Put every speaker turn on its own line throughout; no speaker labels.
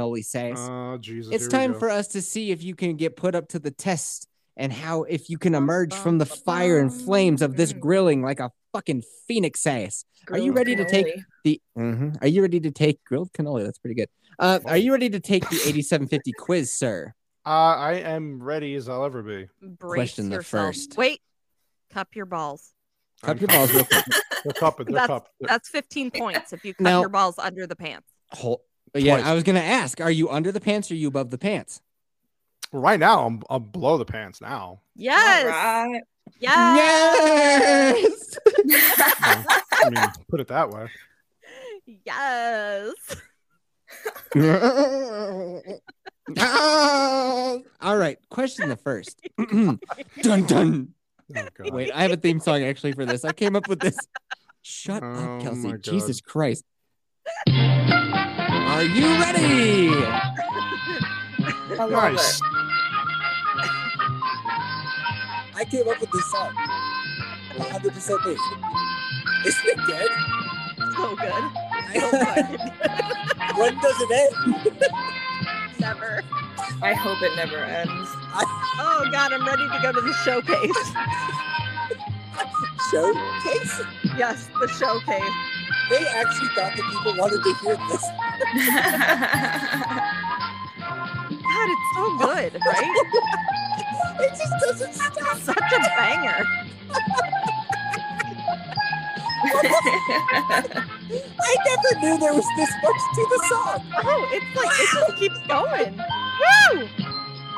always says.
Oh, Jesus.
it's
here we
time
go.
for us to see if you can get put up to the test and how if you can emerge from the fire and flames of this grilling like a fucking phoenix ass. Are you ready to take- The
Mm-hmm.
Mhm. Are you ready to take grilled cannoli? That's pretty good. Uh, are you ready to take the 8750 quiz, sir?
Uh, I am ready as I'll ever be.
Brace
Question the
yourself.
first.
Wait, cup your balls.
Cup
I'm
your balls real
cupping.
quick.
They're cupping. They're
That's-
cupping. They're-
That's 15 points if you cup
Now-
your balls under the pants.
Hol- yeah,
Twice.
I was gonna ask, are you under the pants or are you above the pants?
Right now, I'm, I'm below the pants now.
Yes. Uh, Yes.
Yes.
Yeah. I mean, put it that way.
Yes.
Oh,
All right, question the first. dun dun.
Oh, God.
Wait, I have a theme song actually for this. I came up with this. Shut
Oh,
up,
my
Kelsey.
God.
Jesus Christ. Are you ready?
I love
nice.
it.
I came up with this song. 100% me. Is it dead?
So good. So good.
when does it end?
Never.
I hope it never ends.
Oh God, I'm ready to go to the showcase.
Showcase?
Yes, the showcase.
They actually thought that people wanted to hear this.
God, it's so good, right?
It just doesn't stop.
Such a banger.
I never knew there was this much to the song.
Oh, it's like it just keeps going. Woo!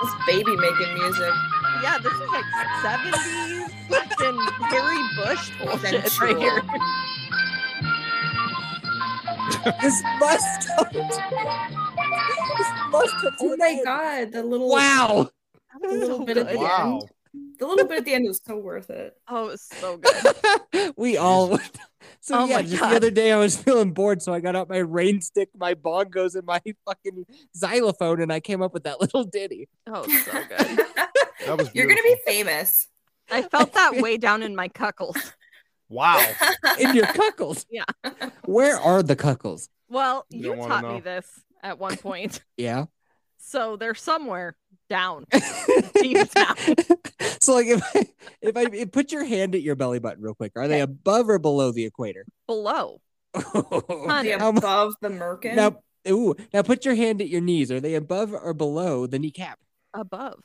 this baby making music.
Yeah, this is like 70s fucking Harry Bush bullshit right here.
This must have. This must have.
Oh my god, the little
Wow.
the little
So
bit at the
good.
Wow.
end. The little bit at the end was so worth it.
Oh, it's so good.
we all. So
Oh
yeah,
my
just
God.
the other day I was feeling bored, so I got out my rain stick, my bongos, and my fucking xylophone, and I came up with that little ditty.
Oh, it's so good.
That was
You're gonna be
beautiful.
famous.
I felt that way down in my cuckles.
Wow.
In your cuckles.
Yeah.
Where are the cuckles?
Well,
You
you,
don't wanna
taught
know.
me this at one point.
Yeah.
So they're somewhere down. Deep down.
so like if I, if I if- put your hand at your belly button real quick, are they above or below the equator?
Below.
The
How mu-
above the merkin.
now, ooh, now put your hand at your knees. Are they above or below the kneecap?
Above.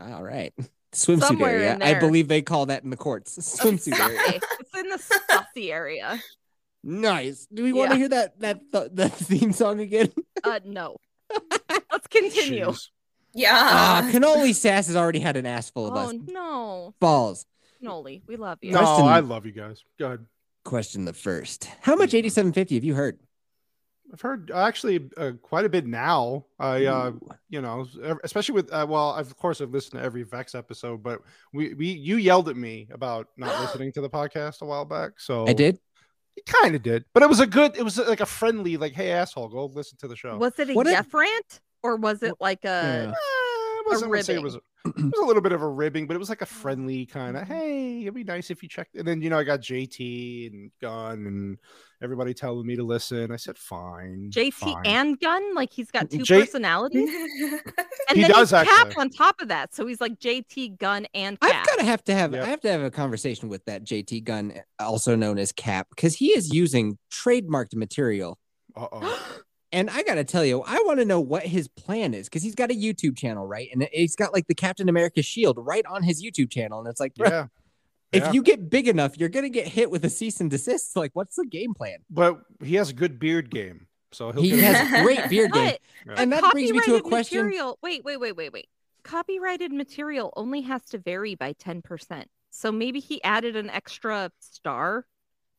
All right. Swimsuit
Somewhere
area.
in
I
there.
believe they call that in the courts. Swimsuit area.
Stuffy. It's in the stuffy area.
Nice. Do we want to
Yeah.
hear that that th- that theme song again?
Uh no. Let's continue.
Jeez.
Ah,
Yeah.
cannoli sass has already had an ass full of
Oh
us.
no.
Balls.
Noli, we love you.
No,
Question-
I love you guys. Go ahead.
Question the first. How much eighty seven fifty have you heard?
I've heard uh, actually uh, quite a bit now. I, uh,
Ooh.
you know, ev- especially with uh, well, I've, of course, I've listened to every Vex episode, but we, we you yelled at me about not listening to the podcast a while back. So
I did.
You kind of did, but it was a good. It was like a friendly, like, hey asshole, go listen to the show.
Was it a
What a-
Jeff rant or was it like
Eh,
a
I wasn't gonna say it
ribbing. Mm. Mm-hmm.
was. It was a little bit of a ribbing, but it was like a friendly kind of hey, it'd be nice if you checked. And then you know, I got JT and Gun and everybody telling me to listen. I said fine.
JT
fine.
and Gun? Like he's got two
J-
personalities? And
He
then
does,
he's
actually.
Cap on top of that. So he's like JT Gun and
I've
Cap.
got to have to have
Yep.
I have to have a conversation with that JT Gun, also known as Cap, because he is using trademarked material.
Uh oh.
And I gotta tell you, I want to know what his plan is because he's got a YouTube channel, right? And he's got like the Captain America shield right on his YouTube channel, and it's like, bro,
Yeah.
if
yeah.
you get big enough, you're gonna get hit with a cease and desist. Like, what's the game plan?
but he has a good beard game, so he'll
He
get
has a great beard game.
But
Yeah.
And that brings me to a
copyrighted
question.
Material, wait, wait, wait, wait, wait. Copyrighted material only has to vary by 10%. So maybe he added an extra star.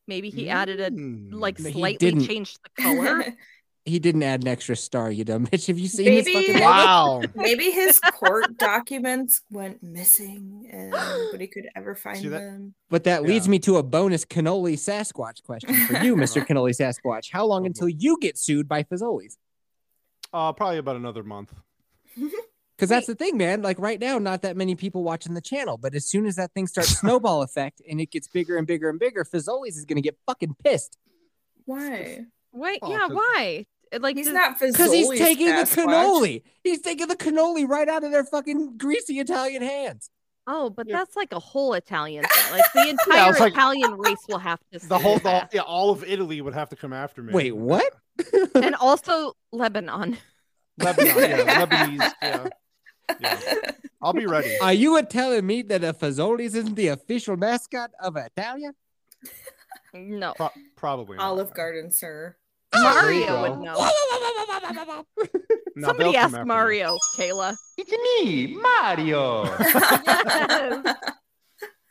Maybe he added a
Mm.
like
But he
slightly
didn't.
changed the color.
He didn't add an extra star, you dumb bitch. Have you seen
Maybe-
his fucking
wow.
Maybe his court documents went missing and nobody could ever find
that-
them.
But that leads
Yeah.
me to a bonus cannoli Sasquatch question for you, Mr. cannoli Sasquatch. How long
Oh,
until you get sued by Fazoli's?
Uh, probably about another month.
Because that's the thing, man. Like right now, not that many people watching the channel, but as soon as that thing starts snowball effect and it gets bigger and bigger and bigger, Fazoli's is gonna get fucking pissed.
Why?
Wait,
Oh,
yeah,
'cause-
why? It, Like
He's
does-
not
Because
because
he's taking the cannoli. He's taking the cannoli right out of their fucking greasy Italian hands.
Oh, but
Yeah.
that's like a whole Italian thing. Like the entire
it's like-
Italian race will have to.
The
sue
whole,
his
the,
ass.
yeah, all of Italy would have to come after me.
Wait, what?
and also Lebanon.
Lebanon, yeah, Lebanese, yeah. yeah. I'll be ready.
Are you telling me that a Fazoli's isn't the official mascot of Italia?
No,
Pro- probably not.
Olive Garden, sir.
Mario
Well,
would know.
No, they'll
Somebody
come
asked
after me.
Mario, Kayla.
It's me, Mario.
Oh,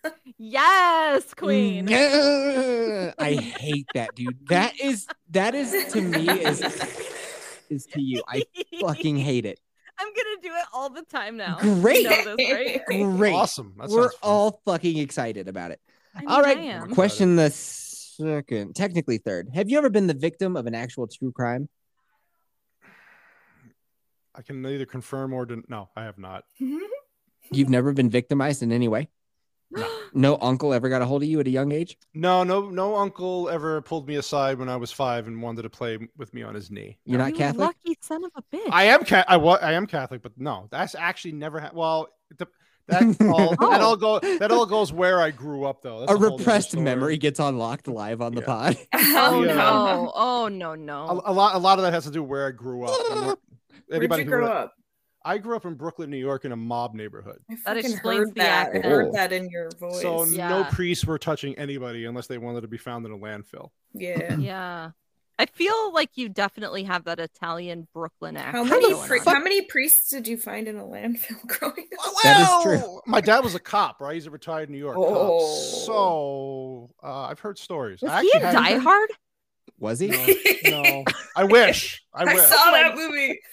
Yes, yes, Queen.
No. I hate that dude. That is that is to me is is to you. I fucking hate it.
I'm gonna do it all the time now.
Great.
You know this, right?
Great.
Awesome. That
We're
sounds fun.
all fucking excited about it.
I mean,
All
I
right.
am.
Question the second, technically third. Have you ever been the victim of an actual true crime?
I can neither confirm or den- no, I have not.
You've never been victimized in any way? No uncle ever got a hold of you at a young age?
No, no, no uncle ever pulled me aside when I was five and wanted to play with me on his knee.
You're
You
not Catholic?
Lucky son of a bitch.
I am ca- I wa- I am Catholic, but no, that's actually never. Ha- well, it dep- that all that all go that all goes where I grew up though. That's
a
whole nother
repressed
story.
memory gets unlocked live on the
Yeah.
pod.
Oh
Yeah.
no! Oh no! No!
A, a lot a lot of that has to do where I grew up. and where-
Where'd
Anybody
you
who
grow
would-
up?
I grew up in Brooklyn, New York, in a mob neighborhood.
I
That
fucking
explains
heard
the
that. I
accent.
heard that in your voice.
Oh. So
yeah.
no
Yeah.
priests were touching anybody unless they wanted to be found in a landfill.
Yeah. I feel like you definitely have that Italian Brooklyn accent.
How many
going
pri-
on.
how many priests did you find in a landfill growing up?
That is true.
Well, My dad was a cop, right? He's a retired New York
Oh.
cop. So uh, I've heard stories. I
Was he
actually
a
haven't-
diehard?
Was he?
Uh, No, no. I wish. I
I
wish.
saw that movie.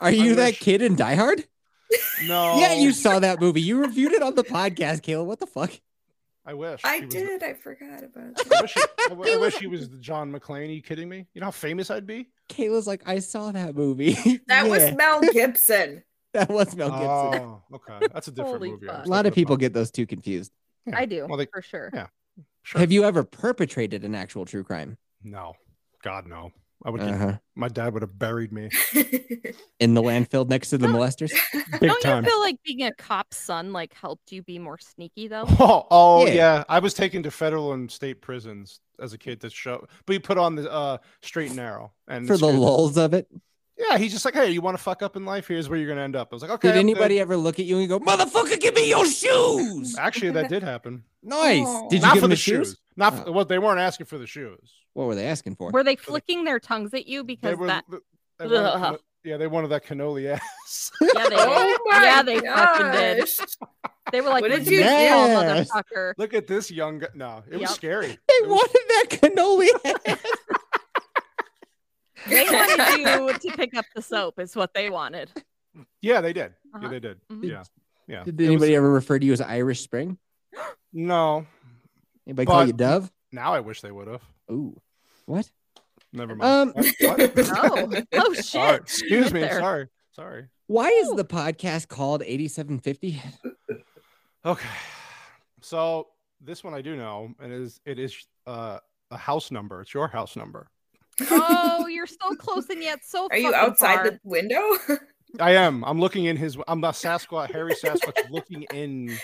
Are you that
wish-
kid in Die Hard? Oh.
No.
Yeah, you saw that movie. You reviewed it on the podcast, Kayla. What the fuck?
I wish.
I
he was-
did. I forgot about
I
that.
wish, he, I w- I wish he was the John McClane. Are you kidding me? You know how famous I'd be?
Kayla's like, I saw that movie.
That was
Yeah,
Mel Gibson.
that was Mel Gibson.
Oh, okay. That's a different
Holy
movie.
fuck.
a lot of people get those two confused.
Yeah.
I do,
Well, they-
for sure.
Yeah.
Have you ever perpetrated an actual true crime?
No. God, no. I would. Get,
Uh-huh.
my dad would have buried me
In the landfill next to the molesters?
big
Don't
time.
you feel like being a cop's son like helped you be more sneaky though?
Oh, oh
Yeah.
yeah. I was taken to federal and state prisons as a kid to show, but he put on the uh, straight and narrow. And
For the
screwed-
lulls of it?
Yeah, he's just like, hey, you want to fuck up in life? Here's where you're gonna end up. I was like, okay.
Did
I'm good."
anybody ever look at you and go, Motherfucker, give me your shoes?
Actually, that did happen.
Nice.
Oh.
Did you
Not
give
for
them
the
the shoes?
Not for,
Oh.
well, they weren't asking for the shoes.
What were they asking for?
Were they flicking their tongues at you because
They were.
that
they wanted
Ugh.
cano- yeah, they wanted that cannoli ass.
yeah they did. yeah, they fucking did.
Oh gosh.
They were like,
What did you
"Yeah,
do?"
motherfucker.
Look at this young guy. No, it was
Yep.
scary.
They
It was-
wanted that cannoli.
They wanted you to pick up the soap is what they wanted.
yeah, they did.
Uh-huh.
Yeah, they did.
Mhm.
Yeah, yeah.
Did
It was-
anybody ever refer to you as Irish Spring?
No.
Anybody call
But-
you Dove?
Now I wish they would have.
Ooh. What?
Never
Um,
mind. What? What?
Oh, oh shit.
Sorry. Excuse
Get
me.
there.
Sorry. Sorry.
Why is the podcast called 8750?
Okay. So this one I do know, and it is it is uh, a house number. It's your house number.
Oh, you're so close and yet so
Are you
fucking
outside
far.
the window?
I am. I'm looking in his. I'm the Sasquatch, Harry Sasquatch, looking in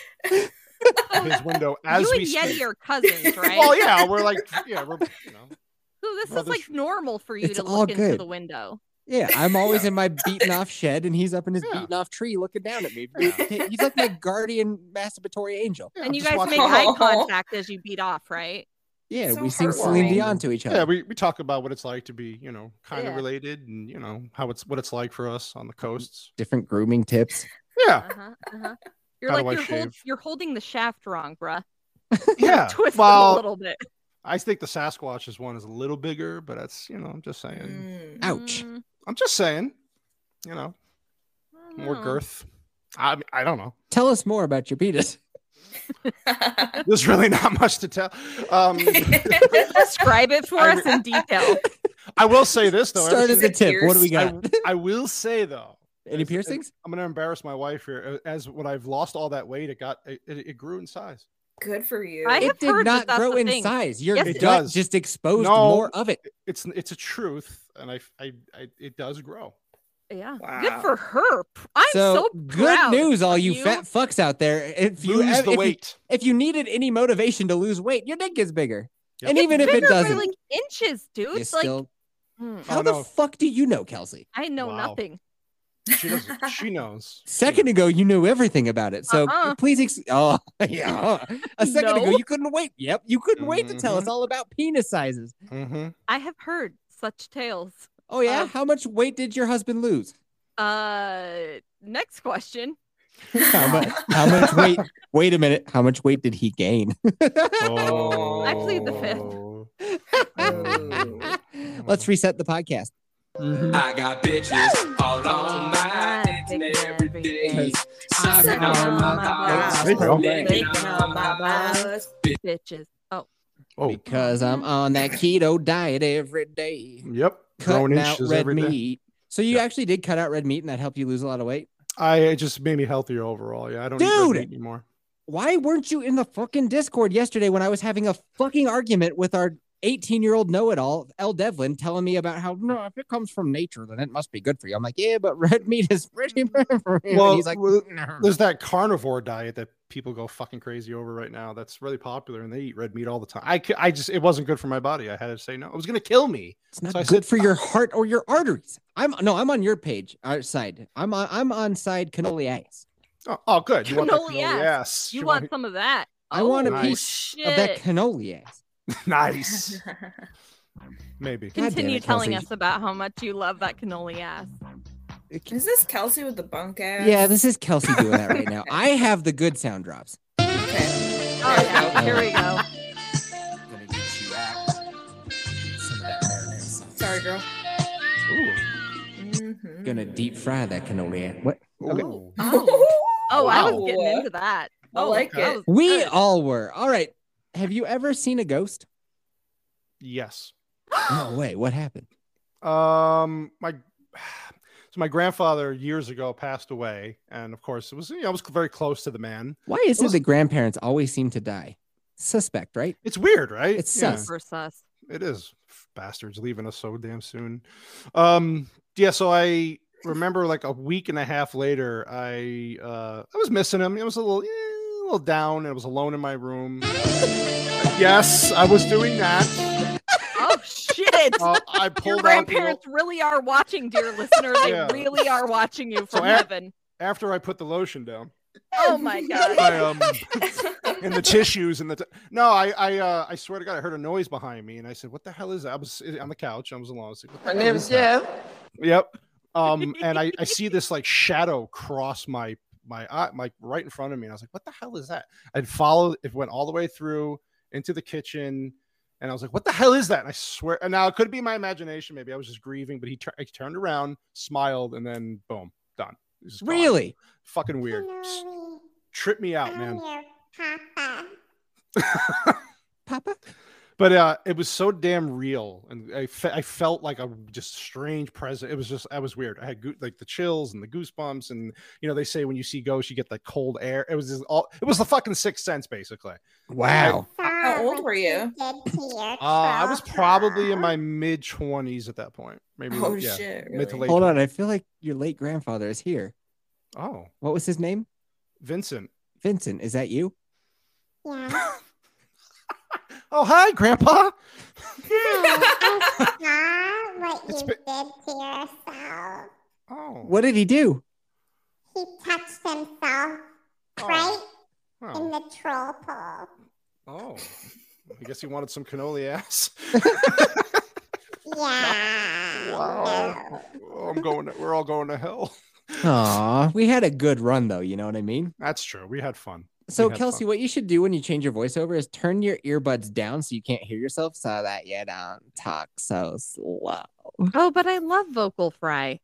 his window as
you
we
and
speak.
Yeti are cousins, right?
Well, yeah, we're like, yeah, we're, you know,
so this
brothers-
is like normal for you
It's
to
all
look into
good.
the window.
Yeah, I'm always in my beaten off shed and he's up in his
Yeah.
beaten off tree looking down at me.
Yeah.
He's like my guardian masturbatory angel.
yeah,
and you
just
guys
watch-
make
out.
eye contact as you beat off, right?
Yeah,
So
we sing Celine
heartwarming.
Dion to each other.
yeah, we, we talk about what it's like to be, you know, kind of
Yeah. Mm-hmm.
related, and you know how it's what it's like for us on the coasts.
Different grooming tips.
Yeah,
Uh-huh, uh-huh. You're
How do I
like you're, hold,
shave?
you're holding the shaft wrong, bruh.
yeah.
Twist it a
well,
little bit.
I think the Sasquatch's one is a little bigger, but that's you know, I'm just saying,
Mm.
Ouch.
Mm,
I'm just saying, you know,
I don't
more
know.
girth. I I don't know.
Tell us more about your penis.
There's really not much to tell. Um,
Describe it for
I
us in detail.
I will say this though. ever
Start as
since-
a tip. What do we
I,
got?
I will say though.
Any
as-
piercings?
I'm gonna embarrass my wife here. uh, As when I've lost all that weight, it got it, it, it grew in size.
Good for you.
I have
it did
heard that
not
that's
grow
the
in
thing.
size. Your
Yes,
It
gut
does.
just exposed
No.
more of it.
It's it's a truth, and I, I, I it does grow.
Yeah. Good
Wow.
for her. P- I'm so,
so, good
proud
news, all
of
you,
you.
fat fucks out there. If you
Lose
ev-
the
if, You,
weight.
if you needed any motivation to lose weight, your dick gets bigger.
Yep.
And even if
bigger
it
by
doesn't,
like inches, dude.
you
like
still.
mm,
How
Oh,
the
no.
fuck do you know, Kelsey?
I know
Wow.
nothing.
She, doesn't- she knows. She
Second ago, you knew everything about it. So
Uh-uh.
please, ex- oh yeah. A second ago,
No.
you couldn't wait. Yep, you couldn't wait to tell us all about penis sizes.
knows. Mhm.
I have heard such tales.
Oh yeah,
Uh,
how much weight did your husband lose?
Uh, next question.
How much? How much weight? Wait a minute. How much weight did he gain?
Oh.
I plead the fifth.
Oh.
Let's reset the podcast.
Mhm.
I got bitches all on my
My
dick and
dick and
everything.
everything.
Sucking
Sucking
on
on
my
my
balls.
balls.
There you go.
Licking
Licking
on my balls.
Bitches. Oh,
Oh,
Because I'm on that keto diet every day.
yep. Growing
Cutting out
inches
red
every day.
meat. So you
Yeah.
actually did cut out red meat and that helped you lose a lot of weight?
I it just made me healthier overall. Yeah, I don't eat
Dude!
red meat anymore.
Why weren't you in the fucking Discord yesterday when I was having a fucking argument with our 18 year old know it all, L. Devlin, telling me about how, no, if it comes from nature, then it must be good for you? I'm like, yeah, but red meat is pretty bad for you.
Well,
and he's like,
well,
"No."
There's that carnivore diet that people go fucking crazy over right now. That's really popular, and they eat red meat all the time. I, c- I just it wasn't good for my body. I had to say no. It was gonna kill me.
It's not
So I
good
said,
for your heart or your arteries. I'm no, I'm on your page, our side. I'm on, I'm on side cannoli ass.
Oh, oh, good. You want that
Cannoli
cannoli
ass.
ass.
you want some of that?
I want a
Oh,
piece of that cannoli ass.
nice? Maybe.
God damn
Continue
it,
telling
Kelsey.
us about how much you love that cannoli ass.
Is this Kelsey with the bunk ass?
Yeah, this is Kelsey doing that right now. I have the good sound drops.
Okay.
Oh yeah, here we go.
Gonna get you out. Some of that marinara sauce.
Sorry, girl.
Ooh. Mm-hmm.
Mhm.
Gonna deep fry that cannoli ass. What? Okay.
Ooh.
Oh, oh, I was
Wow.
getting into that.
I
Oh,
like
that
it.
was
We
good.
all were. All right. Have you ever seen a ghost?
Yes.
No way. What happened?
Um, my so my grandfather years ago passed away, and of course it was you know, I was very close to the man.
Why is
It
it
was-
that grandparents always seem to die? Suspect, right?
It's weird, right?
It's
Yeah.
sus.
Super sus.
It is. Bastards leaving us so damn soon. Um yeah, so I remember like a week and a half later, I uh I was missing him. It was a little eh, a little down and I was alone in my room. yes, I was doing that.
Oh shit.
Uh, I pulled
Your
out the old-
grandparents really are watching, dear listener. They
Yeah.
really are watching you
So
from
I-
heaven.
after I put the lotion down.
Oh my god.
I um and the tissues and the t- no, I I uh, I swear to God, I heard a noise behind me, and I said, "What the hell is that?" I was on the couch, I was alone. I was like, "What the hell is that?" Yep. Um, and I I see this like shadow cross my my eye, my right in front of me, and I was like, "What the hell is that?" I'd follow. It went all the way through into the kitchen. And I was like, "What the hell is that?" And I swear. And now it could be my imagination. Maybe I was just grieving. But he, tur- he turned around, smiled, and then boom, done. It was just gone.
Really?
Fucking weird. S- Trip me out, man.
Papa?
but uh it was so damn real and i, fe- I felt like a just strange present it was just i was weird i had goo like the chills and the goosebumps and you know they say when you see ghosts you get the cold air it was just all it was the fucking sixth sense basically
Wow.
How old were you?
uh, i was probably in my mid 20s at that point maybe
Oh
yeah
shit.
mid to
really?
late
Hold on. I feel like your late grandfather is here.
20s. oh
What was his name?
vincent
Vincent. Is that you?
oh hi grandpa
what
It's
you
been-
did to yourself.
oh
What did he do?
He touched himself,
oh,
right? In
oh,
the troll pool.
oh. i guess he wanted some cannoli ass
Yeah.
Wow. Oh, i'm going to, we're all going to hell
Aw, we had a good run though. You know what I mean?
that's true we had fun
So,
had
Kelsey,
fun.
what you should do when you change your voiceover is turn your earbuds down so you can't hear yourself so that you don't talk so slow. All
Oh, but I love vocal fry.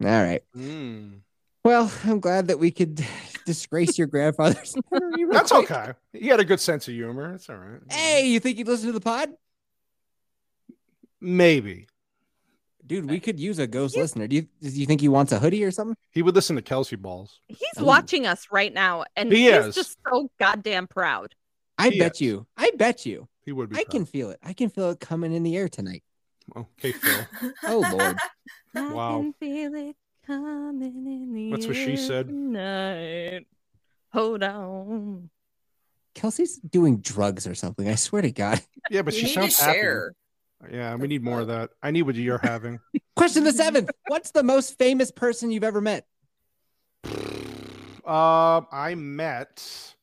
right.
Mm.
Well, I'm glad that we could disgrace your grandfather's memory. real
That's
quick.
okay. He had a good sense of humor. It's all right.
Hey, you think you'd listen to the pod?
maybe
Dude, we could use a ghost listener. Do you, do you think he wants a hoodie or something?
he would listen to Kelsey Balls.
He's
Ooh.
watching us right now, and
He
he's
is.
just so goddamn proud.
I bet
Yes.
you. I bet you.
He would be.
I can feel it. I can feel it coming in the air tonight.
proud. Okay, Phil.
Oh lord.
I
Wow.
can feel it coming in the
That's what she
air
said.
Tonight. Hold
Oh
on.
Kelsey's doing drugs or something. I swear to God.
Yeah, but
you
she
need
sounds
to
happy.
share.
Yeah, we need more of that. I need what you're having.
Question the seventh. What's the most famous person you've ever met?
Um, I met.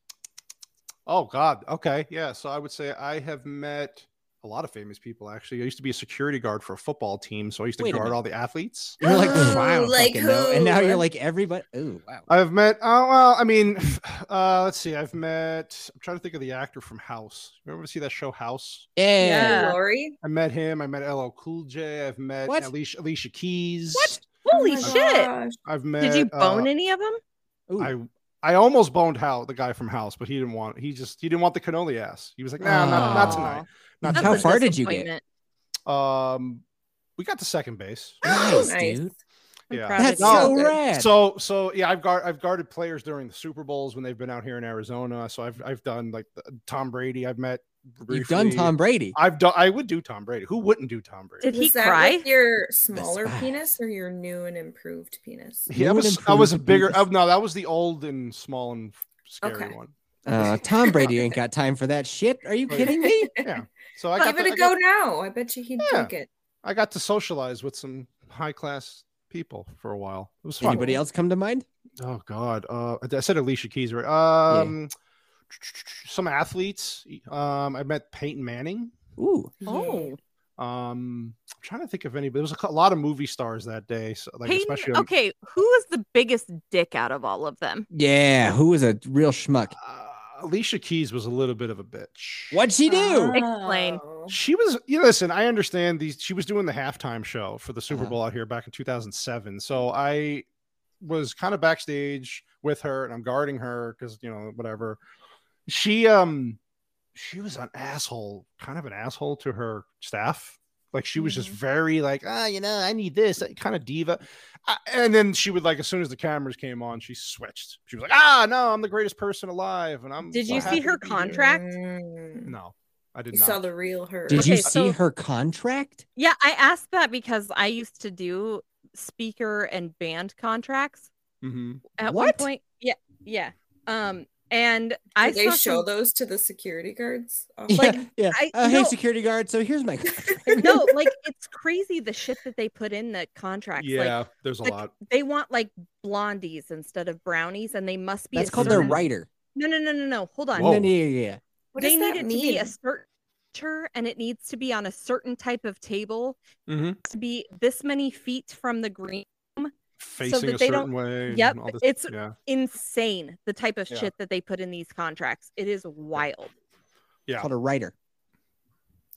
Oh God. Okay. Yeah. So I would say I have met a lot of famous people. Actually, I used to be a security guard for a football team, so I used to
Wait a
guard
minute.
all the athletes.
You're like,
Oh,
wow, I don't
like
fucking know. And now
who?
you're like everybody. Ooh, wow.
I've met. Oh well. I mean, uh, let's see. I've met. I'm trying to think of the actor from House. Remember to see that show House?
Yeah.
Yeah.
Lori.
I met him. I met LL Cool J. I've met
What?
Alicia Alicia Keys.
What? Holy
Oh my
shit.
gosh.
I've met.
Did you
uh,
bone any of them?
Ooh.
I I almost boned Hal, the guy from House, but he didn't want. He just he didn't want the cannoli ass. He was like, nah, not, not tonight. Not
That's
tonight.
how far did you get?
Um, we got to second base.
nice,
Nice.
dude.
Yeah.
proud of
That's
you.
so
good.
rad.
So so yeah, I've guard I've guarded players during the Super Bowls when they've been out here in Arizona. So I've I've done like the- Tom Brady. I've met.
you've done
briefly.
Tom Brady.
I've done. I would do Tom Brady. Who wouldn't do Tom Brady?
Did he
Was that
cry?
with your smaller
That's-
penis or your new and improved penis?
Yeah, I
Who would
was I was a
improve
bigger.
this?
Oh, no, that was the old and small and scary
Okay.
one.
Uh, Tom Brady ain't got time for that shit. Are you kidding me?
Oh, Yeah. So I got
Give
to,
it a
I
go
got,
now. I bet you he'd
Yeah.
take it.
I got to socialize with some high class people for a while. It was fun.
Anybody else come to mind?
Oh God. Uh, I- I said Alicia Keys. Right? Um, some athletes. Um, I met Peyton Manning.
Ooh,
Oh,
Um, I'm trying to think of anybody. There was a, cou- a lot of movie stars that day. So, like
Peyton-
especially. um,
okay. Who was the biggest dick out of all of them?
yeah. Who was a real schmuck?
Uh, Alicia Keys was a little bit of a bitch.
What'd she
Uh,
do?
Explain.
Oh.
She was, you know, listen, I understand these. She was doing the halftime show for the Super
Uh-huh.
Bowl out here back in 2007. So I was kind of backstage with her and I'm guarding her because, you know, whatever. She, um, she was an asshole, kind of an asshole to her staff. Like she was just
Mm-hmm.
very like, ah, you know, I need this like, kind of diva. I, and then she would like, as soon as the cameras came on, she switched. She was like, ah, no, I'm the greatest person alive, and I'm.
Did
so
you see
happy
her
to be here."
contract? Attract?
Mm.
No, I did
You
not.
saw the real her.
Did you
Okay,
see
so-
her contract?
Yeah, I asked that because I used to do speaker and band contracts
Mhm.
at
What?
one point. Yeah, yeah. Um, and I
Did they
saw
show
some-
those to the security guards? Oh,
Yeah, yeah.
I-
Uh, hey,
no.
security guard. So here's my contract.
no, like it's crazy the shit that they put in the contracts.
Yeah,
Like
there's a
the-
lot.
they want like blondies instead of brownies, and they must be.
That's
a
called their
certain-
writer.
No, no, no, no, no. Hold on.
Whoa.
No, no, yeah, yeah, yeah.
what
they
does
need
that
it to be
mean?
a certain picture, and it needs to be on a certain type of table
Mhm.
to be this many feet from the green.
Facing
that
a
they
certain
don't-
way. and
Yep,
all this-
it's-
yeah,
Insane the type of
Yeah.
shit that they put in these contracts. It is wild.
Yeah.
Called a writer.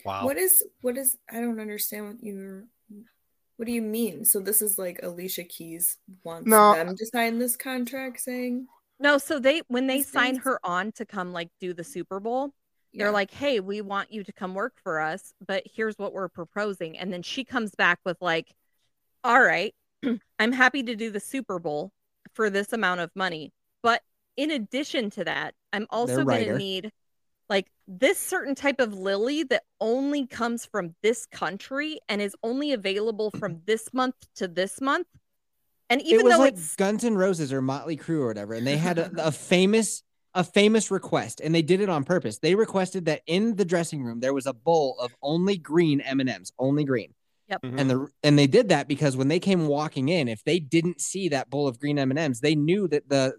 wow.
What is what is I don't understand what you're what do you mean? So this is like Alicia Keys wants
No.
them to sign this contract saying
No, so they when they
These
sign
things-
her on to come like do the Super Bowl, they're
Yeah.
like, "Hey, we want you to come work for us, but here's what we're proposing." And then she comes back with like, "All right, I'm happy to do the Super Bowl for this amount of money, but in addition to that, I'm also going
writer.
to need like this certain type of lily that only comes from this country and is only available from this month to this month." And
it
even
was
though
like
it's
Guns N' Roses or Motley Crue or whatever, and they had a, a famous a famous request, and they did it on purpose. They requested that in the dressing room there was a bowl of only green M and M's, only green.
Yep.
Mhm.
And the and they did that because when they came walking in, if they didn't see that bowl of green M and M's, they knew that the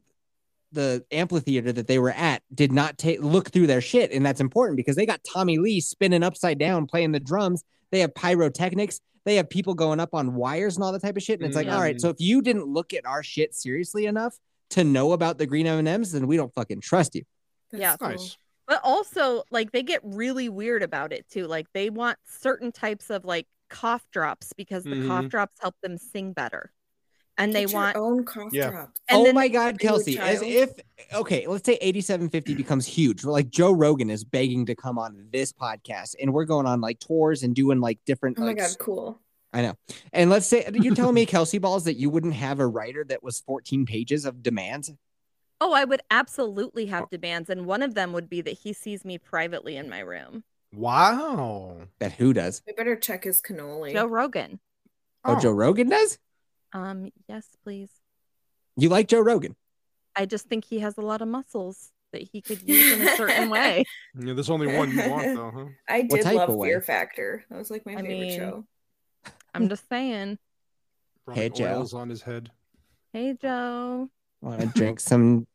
the amphitheater that they were at did not take look through their shit, and that's important because they got Tommy Lee spinning upside down playing the drums. They have pyrotechnics. They have people going up on wires and all that type of shit. And it's like, all right, so if you didn't look at our shit seriously enough to know about the green M&Ms, then we don't fucking trust you.
that's
Yeah.
cool.
nice?
But also, like, they get really weird about it too. Like, they want certain types of like cough drops because the
Mm-hmm.
cough drops help them sing better. And
Get
they
your
want,
own cough
Yeah.
drops.
and
oh
then
my God,
you a
Kelsey, as
child?
if, okay, let's say 8750 becomes huge. We're like Joe Rogan is begging to come on this podcast and we're going on like tours and doing like different,
Oh my
like,
god, cool.
I know. And let's say, you're telling me, Kelsey Balls, that you wouldn't have a writer that was 14 pages of demands?
Oh, I would absolutely
Oh.
have demands, and one of them would be that he sees me privately in my room.
Wow.
That who does?
We better check his cannoli.
Joe Rogan.
Oh,
Oh.
Joe Rogan does?
Um, yes, please.
You like Joe Rogan?
I just think he has a lot of muscles that he could use in a certain way.
Yeah, there's only one you want though, huh?
I did
type
love
of one?
Fear Factor. That was like my
I
favorite
mean-
show.
I'm just saying.
Rubbing
Hey, Joe.
oils on his head.
Hey, Joe.
Want to drink some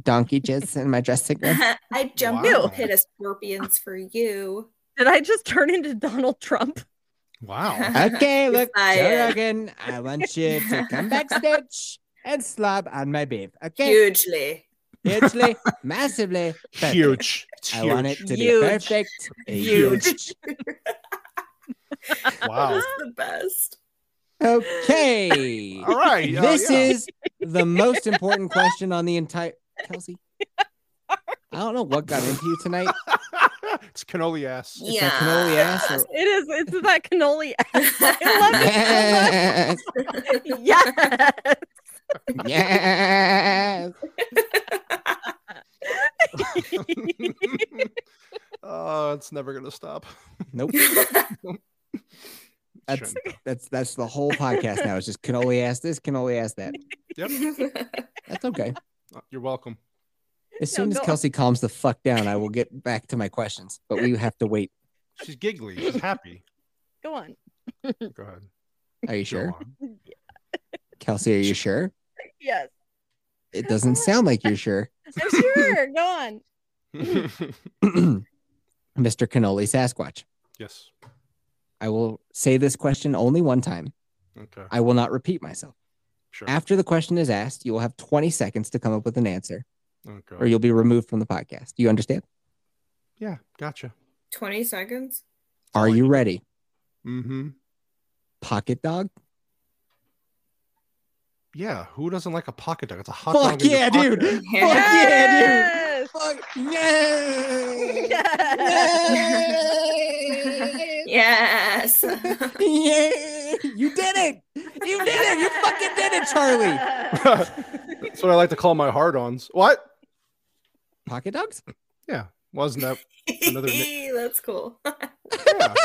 donkey jizz in my dressing room?
I jumped
Wow.
in a pit of scorpions for you.
Did I just turn into Donald Trump?
Wow.
Okay, look, Joe
fired.
Rogan, I want you to come backstage and slob on my babe. Okay,
Hugely.
hugely, massively, perfect.
Huge. It's
I
huge.
want it to
Huge.
be perfect.
Huge. Wow.
That's the best.
Okay.
All right. yeah,
this
yeah.
is the most important question on the entire Kelsey. I don't know what got into you tonight.
it's cannoli ass.
It's that cannoli ass or-
It is. It's that cannoli. I
Yes,
love it. Yes.
yes.
oh, it's never gonna stop.
Nope. That's
Shouldn't, though.
that's that's the whole podcast now. It's just cannoli ass this, cannoli ass that. That's okay.
Oh, You're welcome.
As
No,
soon as
go on.
Kelsey calms the fuck down, I will get back to my questions. But we have to wait.
She's giggly. She's happy.
Go on.
Go ahead.
Are you
Go
sure,
on.
Kelsey? Are you sure?
Yes.
It doesn't sound like you're sure,
I'm Oh, sure. Go on.
Mr. Cannoli Sasquatch.
yes.
I will say this question only one time.
Okay.
I will not repeat myself.
Sure.
After the question is asked, you will have 20 seconds to come up with an answer, or
Okay.
you'll be removed from the podcast. You understand?
yeah. Gotcha.
20 seconds?
Are you ready?
Mm-hmm.
Pocket dog?
Yeah. Who doesn't like a pocket dog? It's a hot
Fuck
dog. in your
yeah, dude.
pocket.
Fuck yeah, dude.
Yes.
Fuck yeah. Yay!
Yes.
Yes.
Yay! You did it! You did it! You fucking did it, Charlie!
That's what I like to call my hard-ons. What?
Pocket dogs?
Wasn't that? Another ni-
That's cool.
Yeah.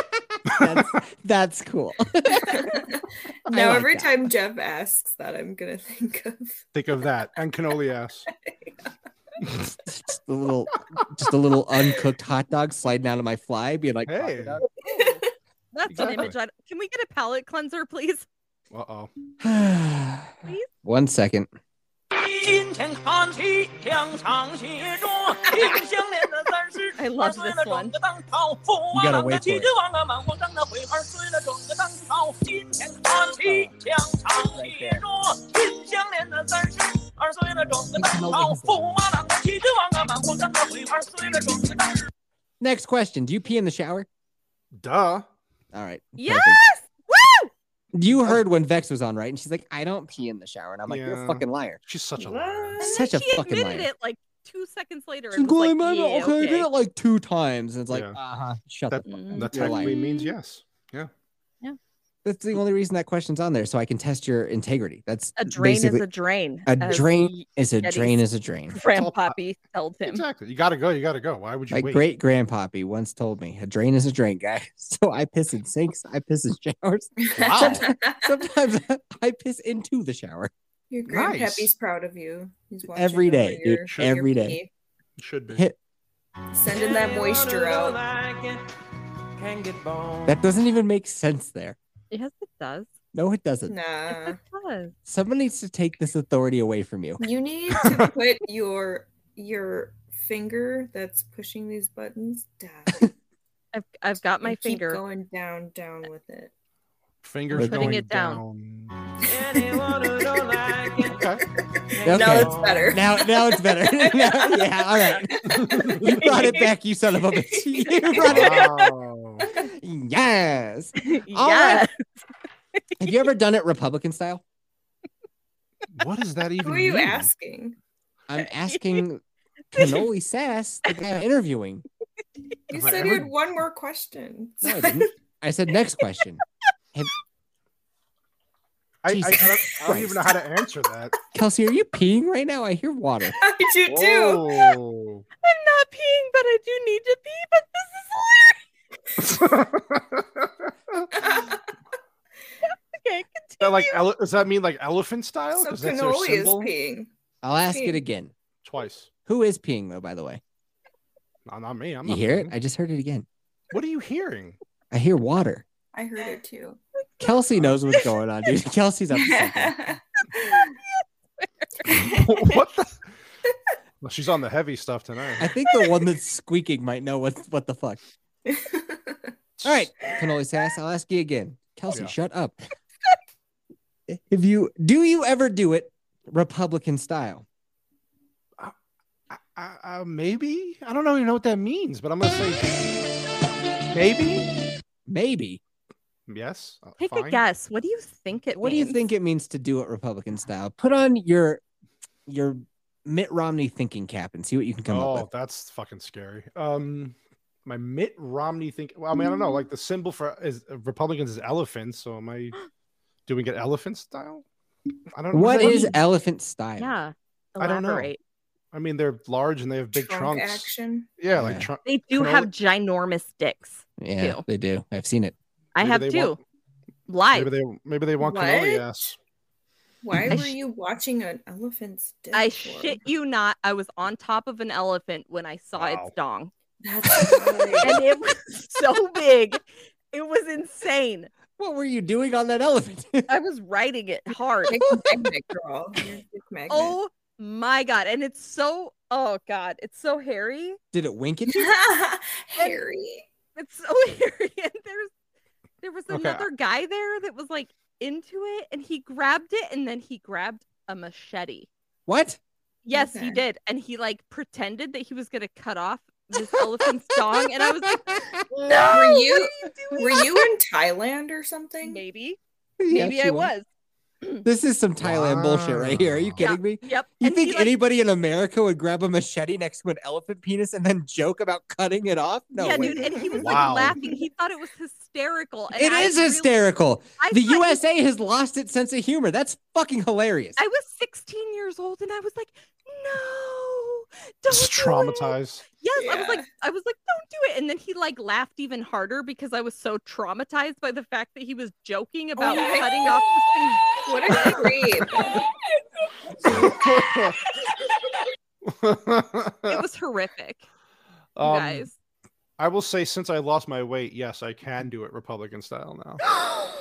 That's, that's cool.
now
like
every
that.
time Jeff asks that, I'm gonna think of
Think of that and cannoli ass.
Just a little, just a little uncooked hot dog sliding out of my fly, being like, "Pocket
Hey.
dog."
That's
Exactly.
an image. I, can we get a palate cleanser, please?。
Uh oh.
One second.
金钱看齐，两场协中，英雄连着三十
I
玩
love
碎
this
了
one.
整个当朝，父
You
王
gotta
郎的
wait
旗
for it.
帜，王啊满皇上的徽牌，碎了整个当朝。金钱看齐，两场协中，英雄连着三十。二碎了整个当朝，父王郎的旗帜，王啊满皇上的徽牌，碎了整个当朝。
Next question. Do you pee in the shower?
Duh.
All right. perfect.
Yes.
You heard when Vex was on, right? And she's like, I don't pee in the shower. And I'm like, you're a
Yeah.
fucking liar.
She's such a liar.
what?
And
Such
then
a
she
fucking
admitted
liar.
it like two seconds later.
She's
and was
going, "Mama,
like, "Yeah,
okay, I did
okay."
it like two times. And it's like,
Yeah.
uh-huh. Shut
That-
the fuck
Mm.
That
You're a liar.
technically means yes.
That's the only reason that question's on there, so I can test your integrity. That's
A drain is
basically-
a drain.
a
as
drain is a
Yeti's-
drain is a drain.
Grandpappy told him.
Exactly. You gotta go. You gotta go. Why would you
My
wait?
great grandpappy once told me, a drain is a drain, guy. So I piss in sinks, I piss in showers.
Wow.
Sometimes I piss into the shower.
your
Nice.
grandpappy's proud of you. He's watching
Every day,
over
dude.
your-
Sure.
Every
your
day.
Should be.
Hit.
pee. Sending that moisture out.
That doesn't even make sense there.
Yes, it does.
No, it doesn't.
Nah.
Yes,
Uh,
it does.
Someone needs to take this authority away from you.
You need to put your your finger that's pushing these buttons down.
I've, I've got my
And keep
finger.
going down, down with it.
Fingers
Putting
going
it down.
down. Okay.
Okay.
Now it's better.
Now, now it's better. Now- yeah, all right. You brought it back, you son of a bitch. You brought it.
Wow.
Yes. All
yeah.
right. Have you ever done it Republican style?
What does that even?
Who are you
mean?
asking?
I'm asking Cannoli Sass, the guy I'm interviewing.
You
Have I
said
ever-
you had one more question.
No, I didn't. I said next question. Have-
I, I, I,
Jesus
don't, I don't even know how to answer that.
Kelsey, are you peeing right now? I hear water.
I do too.
Whoa.
I'm not peeing, but I do need to pee. But this is okay.
Is that like ele- does that mean like elephant style?
So
Because that's their
cannoli is
symbol.
peeing.
I'll ask
Peeing.
it again.
Twice.
Who is peeing though? By the way,
No, not me. I'm
you
not
hear it?
kidding.
I just heard it again.
What are you hearing?
I hear water.
I heard it too.
Kelsey knows what's going on, dude. Kelsey's up. to something.
what the? Well, she's on the heavy stuff
I
tonight.
think the one that's squeaking might know what what the fuck. All right, cannoli sass. I'll ask you again, Kelsey.
Yeah.
Shut up. If you do, you ever do it Republican style?
I, I, I, uh, maybe I don't know even know what that means, but I'm gonna say maybe.
Maybe.
Yes. uh,
Take a
fine.
guess. What do you think it
What do you
means?
think it means to do it Republican style? Put on your your Mitt Romney thinking cap and see what you can come
oh,
up
that's fucking scary. Um, my Mitt Romney think. Well, I mean, I don't know. Like the symbol for is uh, Republicans is elephants. So am I doing it elephant style? I don't.
with. What
does that
is
mean?
elephant style?
Yeah.
I don't know.
elaborate.
I mean, they're large and they have big
Trunk
trunks.
action.
Yeah, like
Yeah.
trunk.
They do
Cannoli-
have ginormous dicks.
Yeah,
Ew.
they do. I've seen it.
I
Maybe
have
they
two.
want-
Live.
Maybe they maybe they want
What?
cannoli ass.
Why
I
were
sh-
you watching an elephant's dick?
I
for?
shit you not. I was on top of an elephant when I saw
Wow.
its dong,
That's right.
and it was so big. It was insane.
What were you doing on that elephant?
I was riding it hard.
Dick magnet, girl. You're a dick magnet.
Oh my god! And it's so oh god, it's so hairy.
Did it wink at you?
Harry.
It's so hairy. And there's there was
Okay.
another guy there that was like into it, and he grabbed it, and then he grabbed a machete.
What?
Yes,
Okay.
he did, and he like pretended that he was gonna cut off this elephant's dong, and I was like,
No. Were you
"What are you doing?"
were you in Thailand or something?
Maybe,
Yeah,
maybe
she
I was.
This is some Thailand bullshit right here. Are you
Wow.
kidding me?
Yep.
You
and he,
think
like-
anybody in America would grab a machete next to an elephant penis and then joke about cutting it off? No
yeah,
way.
dude, and he was
Wow.
like laughing. He thought it was hysterical. And
It
I
is
really-
hysterical.
I
the
thought he-
USA has lost its sense of humor. That's fucking hilarious.
I was 16 years old, and I was like, "No, don't."
It's
do it."
traumatized.
Yes, I was
Yeah.
like, I was like, "Don't do it." And then he like laughed even harder because I was so traumatized by the fact that he was joking about
Oh my
cutting off.
What a creep.
It was horrific, you
Um,
guys.
I will say, since I lost my weight, yes, I can do it Republican style now.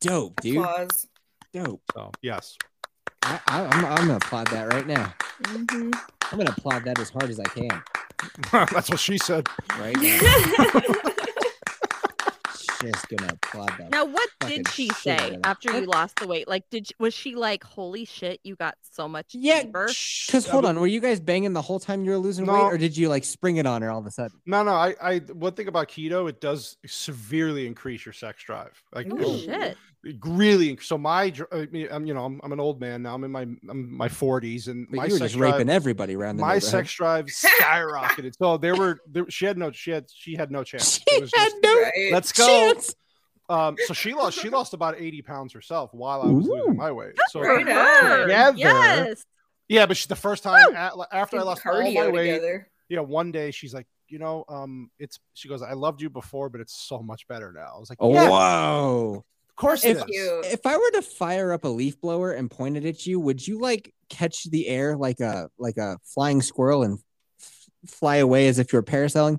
Dope, dude.
Applause.
Dope.
So yes,
I, I, I'm, I'm gonna applaud that right now.
Mhm.
I'm gonna applaud that as hard as I can.
that's what she said.
Right now. Just gonna applaud that.
Now, what
fucking
did she
shit out
say
of it.
after you lost the weight? Like, did sh- was she like, "Holy shit, you got so much
Yeah,
deeper"?
Because hold on, were you guys banging the whole time you were losing
No.
weight, or did you like spring it on her all of a sudden?
No, no. I, I, one thing about keto, it does severely increase your sex drive. Like,
Oh
it'll-
shit!
it really. So my, dr- I mean, I'm, you know, I'm, I'm an old man now. I'm in my, I'm my 40s, and
But
my
you were
sex
just
drive,
raping everybody around the
my
neighborhood.
sex drive skyrocketed. so there were, there, she had no, she had, she had no chance. It was just,
Right.
Let's go.
chance.
Um, so she lost, she lost about 80 pounds herself while I was
Ooh.
losing my weight. So
Right
For
on.
her.
Together.
Yes.
Yeah, but she, the first time at, like, after I
Did
lost all
cardio
my weight,
together.
you know, one day she's like, you know, um, it's she goes, I loved you before, but it's so much better now. I was like,
Oh,
yeah,
Whoa.
of course it
That's
is.
cute.
If I were to fire up a leaf blower and point it at you, would you like catch the air like a like a flying squirrel and f- fly away as if you were parasailing?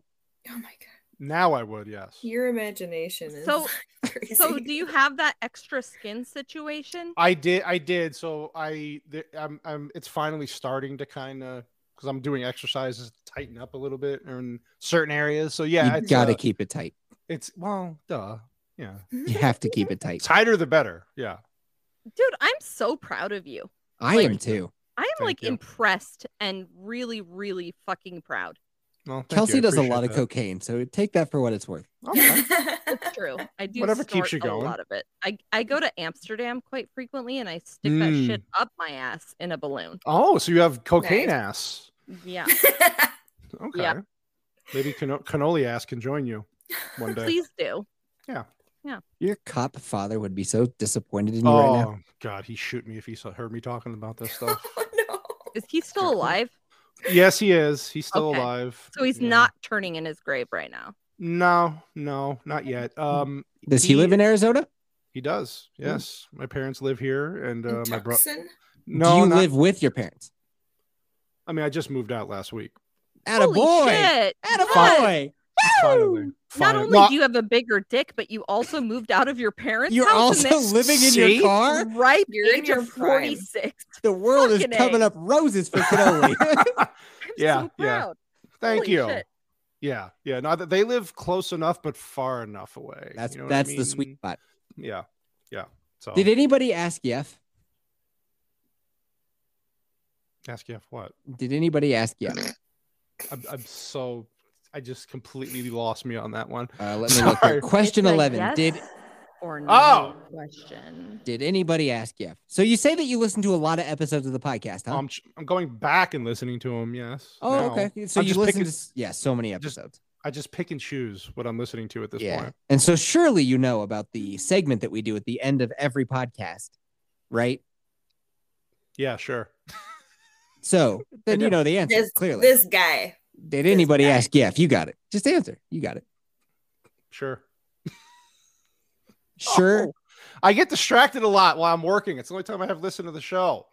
Oh my god.
Now I would, yes.
Your imagination is
So-
crazy.
So, do you have that extra skin situation?
I did, I did. So I, th- I'm, I'm. It's finally starting to kind of because I'm doing exercises, to tighten up a little bit in certain areas. So yeah,
you
it's,
gotta
uh,
keep it tight.
it's well, duh, yeah,
You have to keep it tight.
tighter the better. Yeah,
Dude, I'm so proud of you.
I
Like-
am too.
I am
Thank
like
you.
impressed and really, really fucking proud.
well, thank you,
Kelsey
I
does a
appreciate
lot of
that.
cocaine, so take that for what it's worth.
Okay.
It's true. I do
Whatever keeps
snort
you going.
a lot of it. I, I go to Amsterdam quite frequently and I stick that shit
Mm.
up my ass in a balloon.
Oh, so you have cocaine
Nice.
ass.
Yeah.
Okay.
Yeah.
Oh,
Maybe Cano- cannoli ass can join you one day.
Please do.
Yeah.
Your cop father would be so disappointed in you right now.
Oh God, he shoot me if he saw, heard me talking about this stuff.
Is he still alive?
yes, he is. He's still
Okay.
alive.
So he's
Yeah.
not turning in his grave right now.
No, no, not yet. Um,
Does he, live in Arizona?
He does. Yes, my parents live here, and uh, my brother.
Tucson?
No,
Do you
not-
live with your parents?
I mean, I just moved out last week.
Atta
Holy
boy.
shit.
Atta
Yes.
boy.
Finally,
Not
finally.
only
Well,
do you have a bigger dick, but you also moved out of your parents'
You're
house.
also
and then-
living in
See?
your car.
Right,
You're in
age
your
of
prime.
46.
The world is
Fucking A.
coming up roses for cannoli.
I'm
Yeah,
so
yeah.
proud.
thank
Holy
you.
shit.
Yeah, yeah. No, th- they live close enough, but far enough away.
that's
You know what I
that's the
mean? Oh.
sweet spot.
Yeah, yeah. So
Did anybody ask Yef?
ask you what?
Did anybody ask Yef?
I'm, I'm so. I just completely lost me on that one.
Uh, let me look.
Sorry.
Here. Question
It's a
eleven.
yes
Did
or no
Oh.
question?
did anybody ask Yef? So you say that you listen to a lot of episodes of the podcast, huh?
I'm ch- Um, I'm going back and listening to them. Yes.
oh,
now.
okay. So
I'm
you
just
listen
picking-
to s- yeah, so many
just
episodes.
I just pick and choose what I'm listening to at this
yeah.
point.
And so surely you know about the segment that we do at the end of every podcast, right?
Yeah, sure.
So then you
do.
know the answer
This,
clearly.
this guy.
Did anybody ask Yef? You got it. Just answer. You got it.
Sure. Oh,
Sure.
I get distracted a lot while I'm working. It's the only time I have listened to the show.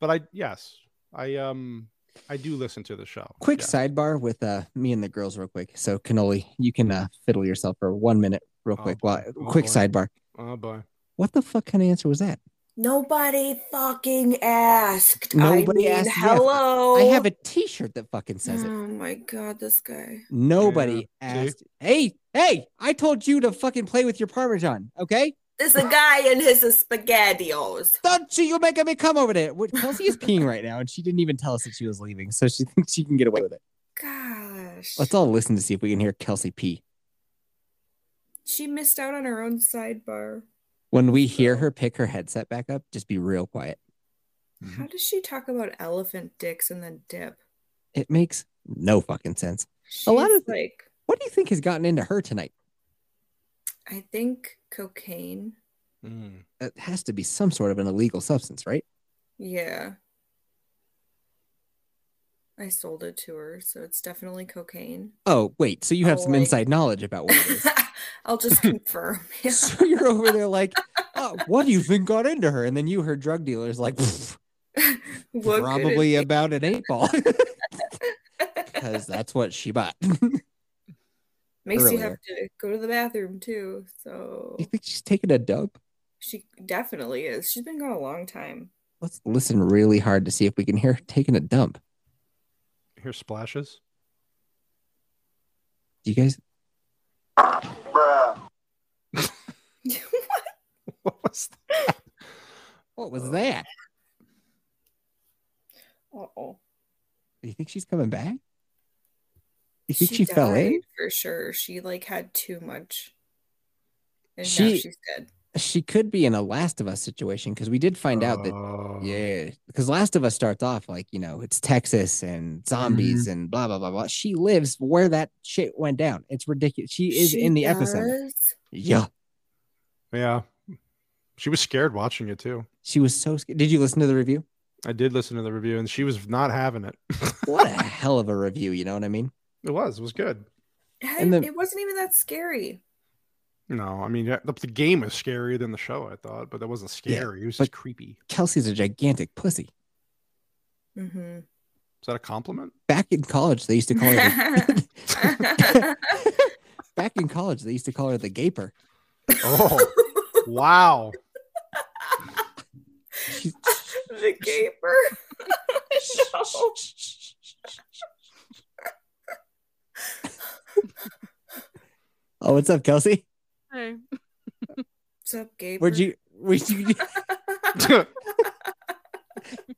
But I yes, I um I do listen to the show.
Quick
Yeah.
sidebar with uh me and the girls real quick. So Cannoli, you can uh, fiddle yourself for one minute real
Oh,
quick.
boy.
Well,
Oh,
quick
boy.
sidebar.
Oh boy.
What the fuck kind of answer was that?
Nobody fucking asked.
Nobody
I
asked,
mean,
yeah.
Hello.
I have a T-shirt that fucking says it.
Oh my god, this guy.
Nobody
Mm. Yeah, see?
asked. Hey, hey! I told you to fucking play with your parmesan, okay?
There's a guy in his spaghettios.
Don't you? You're making me come over there. What- Kelsey is peeing right now, and she didn't even tell us that she was leaving, so she thinks she can get away with it.
Gosh.
Let's all listen to see if we can hear Kelsey pee.
She missed out on her own sidebar.
Mm-hmm. When we hear her pick her headset back up, just be real quiet.
How does she talk about elephant dicks and then dip?
It makes no fucking sense.
She's
A lot of the-
like,
What do you think has gotten into her tonight?
I think cocaine.
Mm.
It has to be some sort of an illegal substance, right?
Yeah. I sold it to her, so it's definitely cocaine.
Oh, wait. So you have
Oh,
some
like-
inside knowledge about what it is.
I'll just confirm. Yeah.
so you're over there like, oh, what do you think got into her? And then you heard drug dealers like, "Pfft,
What could it
probably
be?
about an eight ball because that's what she bought. Do
Makes you have
earlier.
to go to the bathroom too. So
you think she's taking a dope?
she definitely is. She's been gone a long time.
Let's listen really hard to see if we can hear her taking a dump.
Hear splashes?
Do you guys?
What was that?
What was that?
Uh oh.
Do you think she's coming back? Do you think she, fell in?
died for sure. She like had too much, and now
She-
she's dead.
She could be in a Last of Us situation because we did find out that
Oh.
Yeah, because Last of Us starts off like you know it's Texas and zombies and blah blah blah blah. She lives where that shit went down. It's ridiculous. She is
She
in the episode.
does?
Yeah,
Yeah. She was scared watching it too.
she was so scared. Did you listen to the review?
I did listen to the review and she was not having it.
What a hell of a review. You know what I mean?
it was. It was good.
Hey,
And then-
it wasn't even that scary.
No, I mean yeah, the, the game was scarier than the show, I thought, but that wasn't
Yeah,
scary. it was
but-
just creepy.
Kelsey's a gigantic pussy.
Mm-hmm.
Is that a compliment?
Back in college, they used to call her. The... Back in college, they used to call her the gaper.
Oh wow.
She's
the gaper. No.
oh, what's up, Kelsey?
Hey.
What's up, gaper?
Where'd you? Where'd you?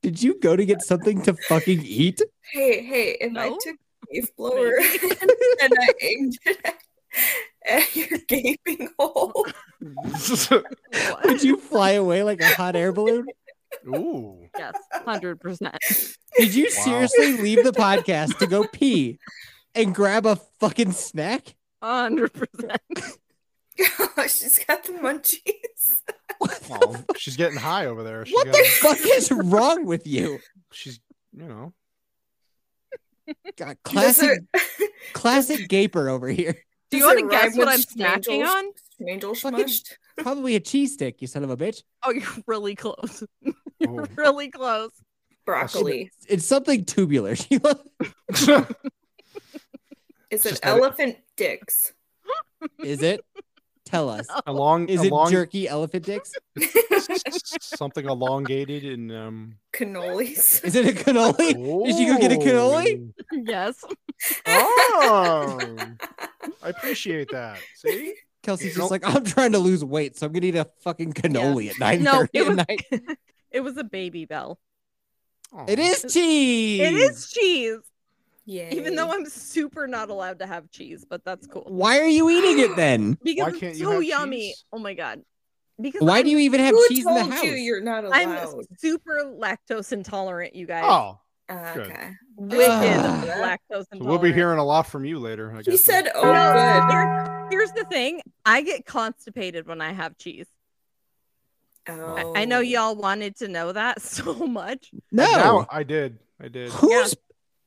Did you go to get something to fucking eat?
Hey, hey! If I
No?
took a leaf blower and I aimed it at, at your gaping hole,
Did
What?
you fly away like a hot air balloon?
Ooh.
yes, 100%.
Did you
Wow.
seriously leave the podcast to go pee and grab a fucking snack?
100%.
She's got the munchies.
Oh, she's getting high over there. She's
What
got,
the
What is wrong with you?
She's, you know,
God,
Those
classic,
are-
classic gaper over here.
Do you
those
want
are
to guess what
ramen
I'm snacking
strangles-
on?
strangle
Fucking-
schmushed.
Probably a cheese stick, you son of a bitch.
Oh, you're really close.
Oh.
you're really close.
Broccoli.
It's something tubular. She lo-
Is it
Just had it.
elephant dicks?
is it? Tell us.
a long,
Is
a
it
long,
jerky elephant dicks?
something elongated and um.
Cannolis.
Is it a cannoli? Did you go get a cannoli?
Yes.
Oh, I appreciate that. See,
Kelsey's just
Nope.
like, I'm trying to lose weight, so I'm gonna eat a fucking cannoli at nine
No,
thirty
it
at
was,
night.
it was a baby bell.
Aw.
It is cheese.
It is cheese,
Yeah.
even though I'm super not allowed to have cheese, but that's cool.
Why are you eating it then?
Because
Why
it's
can't you
so
have
yummy.
cheese?
Oh my god. Because
Why
I'm,
do you even have
who
cheese in
told
the house?
you you're not allowed?
I'm super lactose intolerant, you guys.
Oh,
Ah,
Good.
okay.
Wicked
Ugh.
lactose intolerant.
so we'll be hearing a lot from you later. I
He
guess.
said, "Oh,
No,
good."
here- here's the thing. I get constipated when I have cheese.
Oh.
I know y'all wanted to know that so much.
no.
And now- I did. I did.
Who's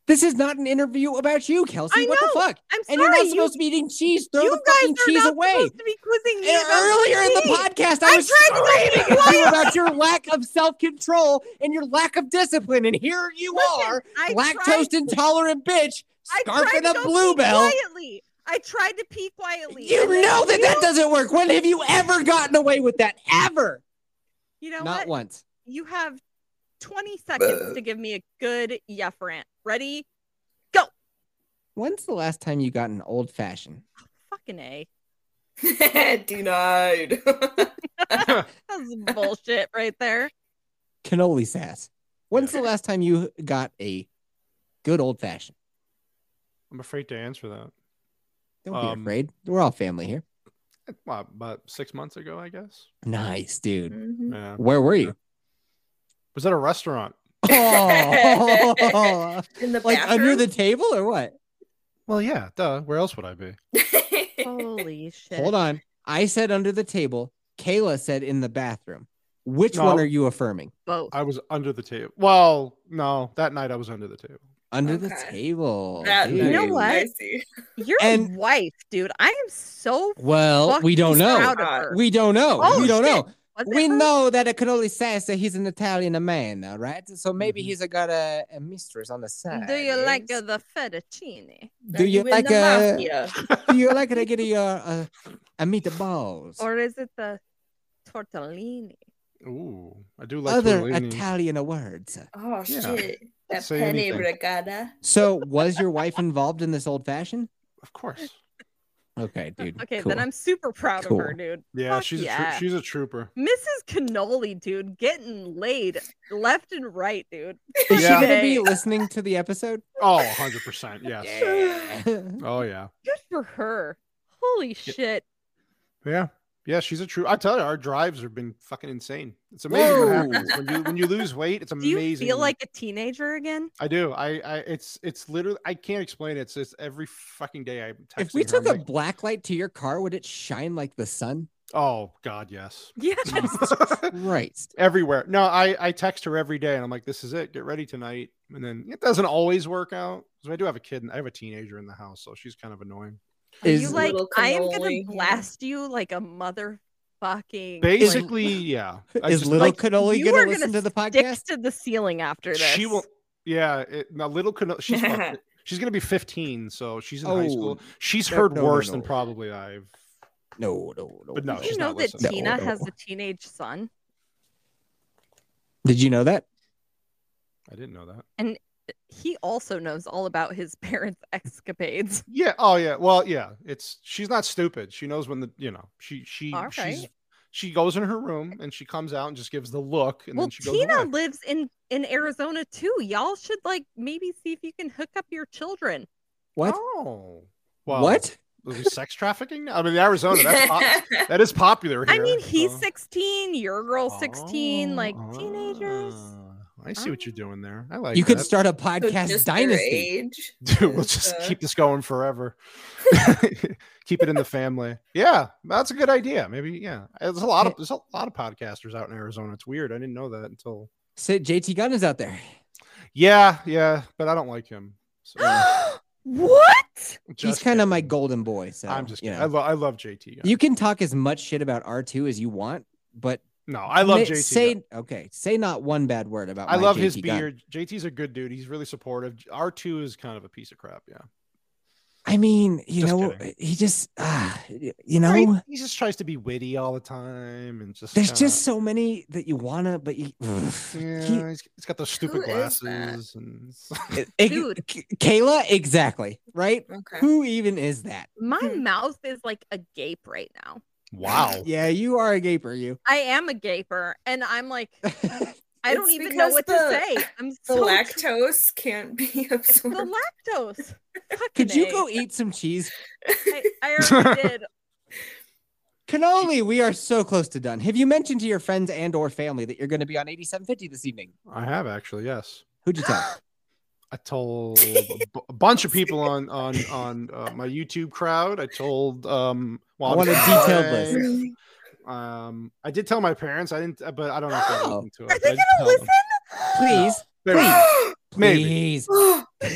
this is not an interview about you, Kelsey.
I
what the
know.
fuck?
I'm sorry.
And you're not
you-
supposed to be eating cheese. Throw
you
the
guys
fucking
are
cheese
not
away.
supposed to be quizzing me
And
about
earlier in the
cheese.
podcast, I,
I
was
tried to
screaming at you about your lack of self-control and your lack of discipline, and here you
Listen,
are,
I
lactose
tried-
intolerant bitch,
I
scarfing
tried
a
to
bluebell.
pee Quietly. I tried to pee quietly.
You
and then
know that
you,
that doesn't work. When have you ever gotten away with that? Ever?
You know
Not
what?
once.
You have 20 seconds to give me a good yuff rant. Ready?
When's the last time you got an old-fashioned?
Fucking A.
Denied.
That's bullshit right there.
cannoli sass. When's the last time you got a good old fashioned?
I'm afraid to answer that.
Don't be
Um,
afraid. We're all family here.
Well, about six months ago, I guess.
Nice, dude.
Mm-hmm.
Mhm.
Yeah.
Where were you?
Was at a restaurant.
Oh,
In the
like
bathroom.
under the table or what?
Well, yeah, duh. Where else would I be?
Oh,
Holy shit.
Hold on. I said under the table. Kayla said in the bathroom. Which
No.
one are you affirming?
Both.
I was under the table. Well, no, that night I was under the table.
Under the
Okay.
Oh,
table.
That
dude.
You know
night.
what?
I see.
You're
And-
a wife, dude. I am so
Well,
fucking
we don't know.
proud of her.
We don't know.
Oh,
we don't
shit.
know.
Was it
we
her?
know that a cannoli says that he's an Italian man, all right? So maybe
Mhm.
he's a, got a, a mistress on the side.
Mm-hmm. Do you like
yes?
uh, the fettuccine
Do you
in
like uh,
the
a?
mafia?
Do you like to get your uh, a meatballs?
or is it the tortellini?
Ooh, I do like
Other
tortellini.
Italian words.
Yeah.
Oh shit! That
Say
penne
anything.
brigada.
So, was your wife involved in this old fashioned?
of course.
Okay, dude.
Okay,
cool.
then I'm super proud of her,
Cool.
dude.
Yeah,
Fuck
she's a
yeah.
tro- she's a trooper.
Mrs. Cannoli, dude, getting laid left and right, dude.
Is
Yeah.
she gonna be listening to the episode?
Oh, 100 percent. Yes. Oh yeah.
Good for her. Holy shit.
Yeah. Yeah, she's a true. I tell you, our drives have been fucking insane. It's amazing what
Whoa.
happens when you when you lose weight. It's
Do you
amazing.
feel like a teenager again?
I do. I, I it's it's literally I can't explain it. It's just every fucking day I'm texting.
if we
her,
took
I'm
a
like,
black light to your car, would it shine like the sun?
oh god, yes.
Yes.
Christ.
Everywhere. No, I I text her every day, and I'm like, this is it. Get ready tonight. And then it doesn't always work out. So I do have a kid, and I have a teenager in the house, so she's kind of annoying.
Are you
Is-
like,
Little
I am gonna
cannoli, yeah.
blast you like a motherfucking
Basically, yeah. I
Is
just,
little
like,
cannoli
you
gonna
are
listen to
gonna
the
dick
podcast?
to the ceiling after this.
She will. Yeah, it, now little Cano- she's fucked. she's gonna be 15, so she's in high school. She's
no,
heard
Oh, no, no,
worse
no.
than probably I've.
No, no, no.
But no,
Did
she's
you
not
know that
listening.
No,
Tina
no.
has a teenage son?
Did you know that?
I didn't know that.
He also knows all about his parents' escapades.
Yeah. Oh yeah. Well, yeah. It's she's not stupid. She knows when the you know she she
All
she's
right.
she goes in her room and she comes out and just gives the look and
well,
then she goes.
Tina
away.
lives in in Arizona too. Y'all should like maybe see if you can hook up your children.
What?
Oh. Well,
what?
was it sex trafficking? I mean, Arizona. That's pop- that is popular here.
I mean, he's
so-
16, your girl's 16, like
Oh,
teenagers.
ah, I see what you're doing there. I like
you could
that.
start a
So
podcast
just their
dynasty.
age
Dude, we'll
is,
just
uh,
keep this going forever. keep it in the family. Yeah, that's a good idea. Maybe yeah. There's a lot of there's a lot of podcasters out in Arizona. It's weird. I didn't know that until.
Sit JT Gunn is out there.
Yeah, yeah, but I don't like him. So,
what?
He's
just
kind of
kidding.
my golden boy. So
I'm just
you
kidding.
know.
I, lo- I love JT.
You can talk as much shit about R2 as you want, but
no, I love
ma-
JT.
Say okay, say not one bad word about.
I
my
love
JT
his
Gunn.
beard. JT's a good dude. He's really supportive. R2 is kind of a piece of crap. Yeah.
I mean, you
Just
know,
kidding.
he just, ah, you know,
I mean, he just tries to be witty all the time and just.
there's
kinda-
just so many that you wanna, but you,
Yeah,
he-
he's, he's got those stupid
Who is that?
glasses and
Ig-
Dude.
e, K- Kayla, exactly right.
okay
Who even is that?
My mouth is like a gape right now.
wow.
Yeah, you are a gaper, you.
I am a gaper, and I'm like, I don't
It's
even know
because
what
the-
to say. I'm
the
so
lactose can't be
It's the
absorbed
lactose.
Could
Fucking
you
A.
go eat some cheese?
I, I already did.
Cannoli, we are so close to done. Have you mentioned to your friends and or family that you're going to be on 8750 this evening?
I have actually, yes.
Who'd you tell?
I told a bu- a bunch of people on on on uh, my YouTube crowd. I told um
I want a
Wanda
detailed
Clay.
list.
Really?
Um I did tell my parents. I didn't uh, but I don't know if they
Oh.
listened to it.
Are
but I
they
did
gonna
tell them.
listen?
Please,
They were- Maybe.
please.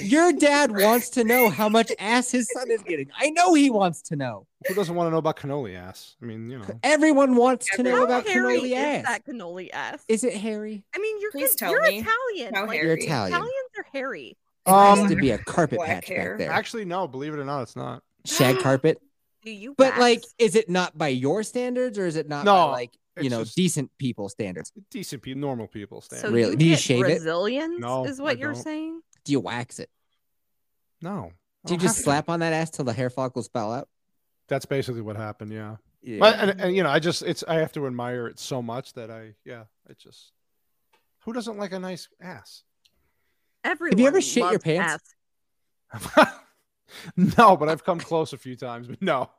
Your dad wants to know how much ass his son is getting. I know he wants to know.
Who doesn't want to know about cannoli ass? I mean, you know.
Everyone wants to know
How
about
hairy
cannoli
Is
ass.
that cannoli ass?
Is it hairy?
I mean, you're
Please
con-
tell
you're
me
Italian.
how
like,
hairy.
You're Italian.
Italians are hairy.
It has
Um,
to be a carpet
black
patch
hair.
back there.
Actually, no, believe it or not, it's not.
Shag carpet.
Do you?
But like,
wax?
is it not by your standards or is it not by
No,
like, you
it's
know,
just-
decent people standards?
Decent people, normal people stand.
so
really-
You
do you
get
shave it?
Brazilians
No,
is
I
what you're
don't.
saying.
Do you wax it?
no. I
Do you
don't
just
have to.
slap on that ass till the hair follicles fell out?
That's basically what happened, yeah.
Yeah.
But and, and you know, I just it's I have to admire it so much that I yeah, it just who doesn't like a nice ass?
Everyone.
Have you ever shit your
loves
pants?
ass.
no, but I've come close a few times. But no,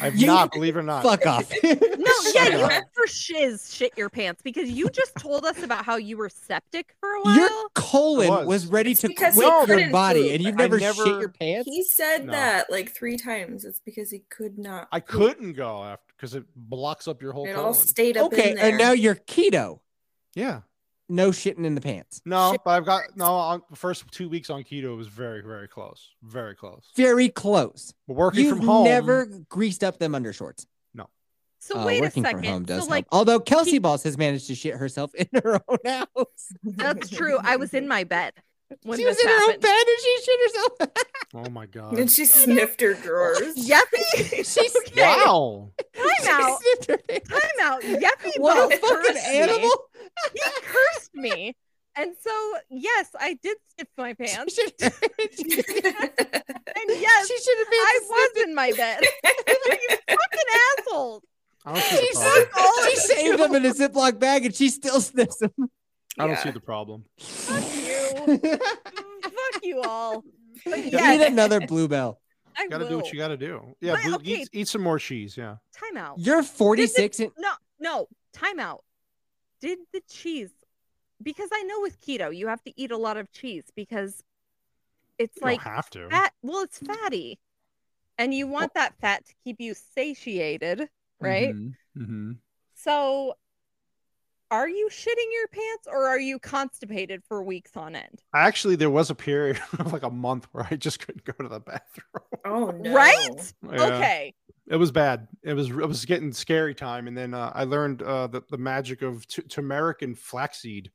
I've
You-
not. Believe it or not,
Fuck off.
No, yeah, you
up.
never shiz shit your pants because you just told us about how you were septic for a while.
Your colon
was.
was. ready
It's
to quit
because
he
your
couldn't
body
poop.
and you've
I
never, shit
never-
your pants?
he said
No.
that like three times it's because he could not
I
poop.
couldn't go after because it blocks up your whole.
it all
colon.
stayed up
Okay,
in there
and now you're keto.
yeah,
No shitting in the pants.
no,
Shit.
but I've got no. On the first two weeks on keto was very, very close, very close.
Very close.
But working
You've
from home,
never greased up them undershorts.
So
Uh,
wait a
working
second.
from home does
so
help.
like
Although Kelsey
he-
Balls has managed to shit herself in her own house.
that's true. I was in my bed when
she was
this
in her own
happened.
bed and she shit herself.
Oh my god!
and she sniffed her drawers
Yuppie.
She's
Wow,
she
Time out.
sniffed her pants.
Time out. Yuppie.
What a
Ball
fucking
cursed me.
animal.
He cursed me. And so, yes, I did sniff my pants.
She should have
And yes, I was in my bed. you fucking assholes.
I don't see the
She's
problem.
Oh, she saved them in a Ziploc bag and she still sniffs them.
I don't
Yeah.
see the problem.
Fuck you. Fuck you all. But
Eat
yes,
another bluebell.
I
You gotta
will.
do what you gotta do. Yeah,
But,
blue,
okay.
eat, eat some more cheese. Yeah,
Time out.
You're 46 and
No, no. Time out. Did the cheese? Because I know with keto, you have to eat a lot of cheese because it's
you
like
don't have to.
fat. Well, it's fatty, and you want that fat to keep you satiated, right?
Mhm,
Mm-hmm,
mhm.
So, are you shitting your pants or are you constipated for weeks on end?
Actually, there was a period of like a month where I just couldn't go to the bathroom.
oh no
Right?
Yeah.
Okay.
it was bad. It was it was getting scary time, and then uh, I learned uh, the the magic of t- turmeric and flaxseed.